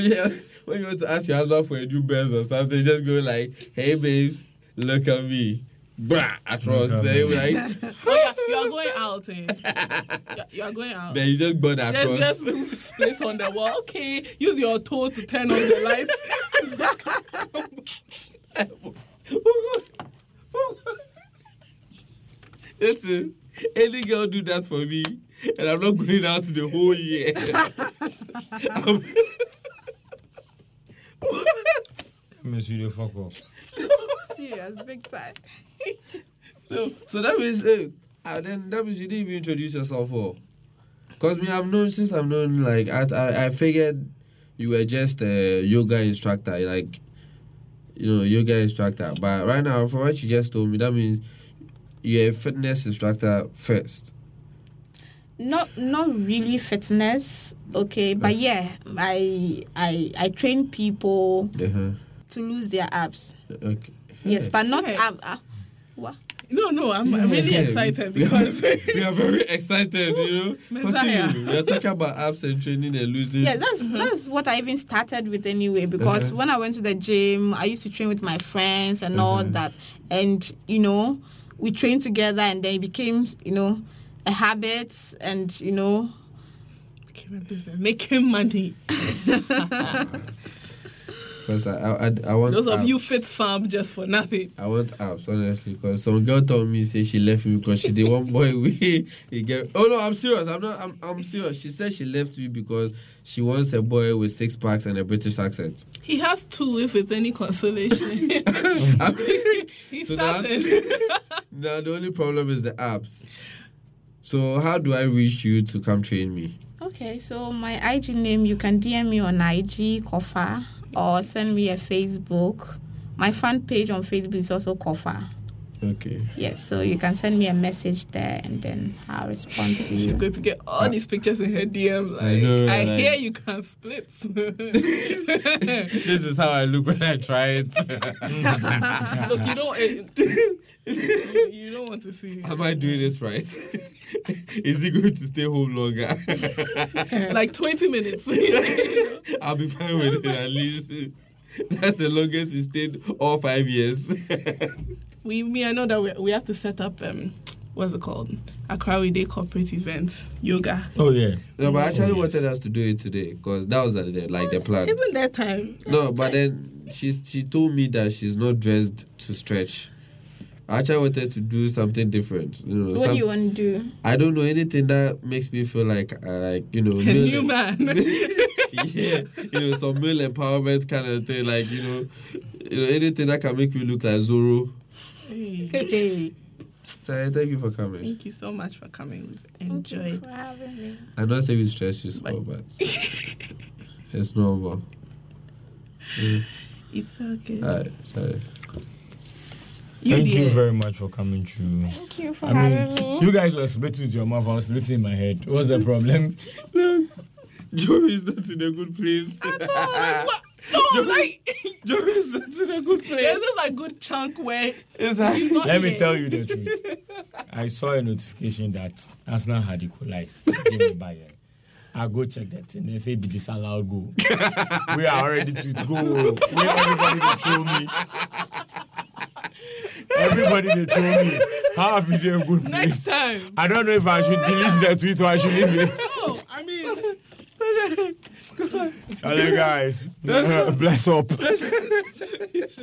Speaker 1: you, when you want to ask your husband for a new best or something, just go like, hey babes, look at me. Bruh, atross.
Speaker 3: Look at
Speaker 1: Then you like,
Speaker 2: Oh, yeah, you are going out, eh? You are- You are going out.
Speaker 1: then you just burn
Speaker 2: There's
Speaker 1: across.
Speaker 2: just split on the wall. Okay, use your toe to turn on the lights.
Speaker 1: <laughs> Listen, any girl do that for me, and I'm not going out the whole year. <laughs> I'm-
Speaker 3: Miss you, the fuck up.
Speaker 8: <laughs> serious, big time.
Speaker 1: <laughs> No, so that means, eh, ah, then that means you didn't even introduce yourself, oh. Cause me, I've known since I've known like I I, I figured you were just a yoga instructor, like you know yoga instructor. But right now, from what you just told me, that means you're a fitness instructor first.
Speaker 8: Not not really fitness, okay, but yeah, I I I train people
Speaker 1: Uh-huh.
Speaker 8: to lose their abs.
Speaker 1: Okay.
Speaker 8: Yes, but not
Speaker 2: Hey.
Speaker 8: ab. Uh, what?
Speaker 2: no, no, I'm I'm really
Speaker 1: Yeah,
Speaker 2: excited
Speaker 1: we- we are-
Speaker 2: because
Speaker 1: <laughs>
Speaker 2: <laughs>
Speaker 1: we are very excited, you know.
Speaker 2: Messiah.
Speaker 1: Continue. We are talking about abs and training and losing.
Speaker 8: Yeah, that's that's what I even started with anyway. Because
Speaker 1: Uh-huh.
Speaker 8: when I went to the gym, I used to train with my friends and all that, and you know, we trained together, and then it became you know a habit, and you know,
Speaker 2: Making a business, making money.
Speaker 1: Because I, I, I- I want
Speaker 2: Those of
Speaker 1: abs.
Speaker 2: you fit farm just for nothing.
Speaker 1: I want abs, honestly, because some girl told me say she left me because she did one boy <laughs> with he gave. Oh no, I'm serious. I'm not. I'm, I'm serious. She said she left me because she wants a boy with six packs and a British
Speaker 2: <laughs>
Speaker 1: accent.
Speaker 2: He has two, if it's any consolation.
Speaker 1: <laughs>
Speaker 2: <laughs>
Speaker 1: I mean,
Speaker 2: he
Speaker 1: So that- <laughs>
Speaker 2: started.
Speaker 1: now the only problem is the abs. So how do I reach you to come train me?
Speaker 8: Okay, so my IG name, you can DM me on IG, Kofa, or send me a Facebook. My fan page on Facebook is also Kofa.
Speaker 1: Okay.
Speaker 8: Yes, so you can send me a message there and then I'll respond to
Speaker 2: She's
Speaker 8: you.
Speaker 2: going to get all these pictures in her DM. Like, I,
Speaker 1: I know, right?
Speaker 2: hear you can split. <laughs>
Speaker 1: <laughs>
Speaker 2: Look,
Speaker 1: This is how I look when I try it. <laughs>
Speaker 2: you don't. eh, <laughs> you don't want to see.
Speaker 1: Am I doing this right? <laughs> is he going to stay home longer? <laughs>
Speaker 2: Like 20 minutes. <laughs>
Speaker 1: I'll be fine with it at least. That's the longest he stayed all five years. <laughs>
Speaker 2: we, me, I know that we, we have to set up. Um, what's it called? Accra We Day corporate events, yoga.
Speaker 3: Oh, yeah.
Speaker 1: No, but I actually wanted us to do it today because that was the, the- like the plan.
Speaker 2: Isn't that time?
Speaker 1: No, but then she she told me that she's not dressed to stretch. I actually wanted to do something different. You know,
Speaker 8: What
Speaker 1: some-
Speaker 8: do you want to do?
Speaker 1: I don't know anything that makes me feel like I like you
Speaker 8: <laughs>
Speaker 1: know
Speaker 2: A
Speaker 1: male-
Speaker 2: new man.
Speaker 1: <laughs> yeah, you know some male empowerment kind of thing. Like you know, you know anything that can make me look like Zoro.
Speaker 2: Hey,
Speaker 8: <laughs> Hey,
Speaker 1: Chai, thank you for coming.
Speaker 2: thank you so much for coming. We've enjoyed.
Speaker 1: I know I say we stress you, small, but it's normal.
Speaker 2: It's okay.
Speaker 1: Alright, sorry.
Speaker 3: Thank you
Speaker 2: dear.
Speaker 3: very much for coming through. Thank you for having me. You guys were splitting with your mouth, I was splitting in my head. What's the problem?
Speaker 1: Joey is not in a good place.
Speaker 2: Oh, like, what? No, like
Speaker 1: Joey is not in a
Speaker 2: <laughs>
Speaker 1: good place.
Speaker 2: there's just a good chunk where
Speaker 1: Exactly.
Speaker 3: Let me tell you the truth. I saw a notification that Arsenal had equalized against Bayern. I go check that thing. They say be disallowed goal. we are already two to go. Wait, everybody to throw me. Everybody they throw me. How have you been a good
Speaker 2: Next
Speaker 3: place?
Speaker 2: time.
Speaker 3: I don't know if I should delete the tweet or I should leave it.
Speaker 2: No, I mean, <laughs>
Speaker 3: Hello, guys. <laughs> Bless up.
Speaker 7: What's up? What's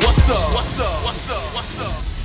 Speaker 7: up? What's up? What's up?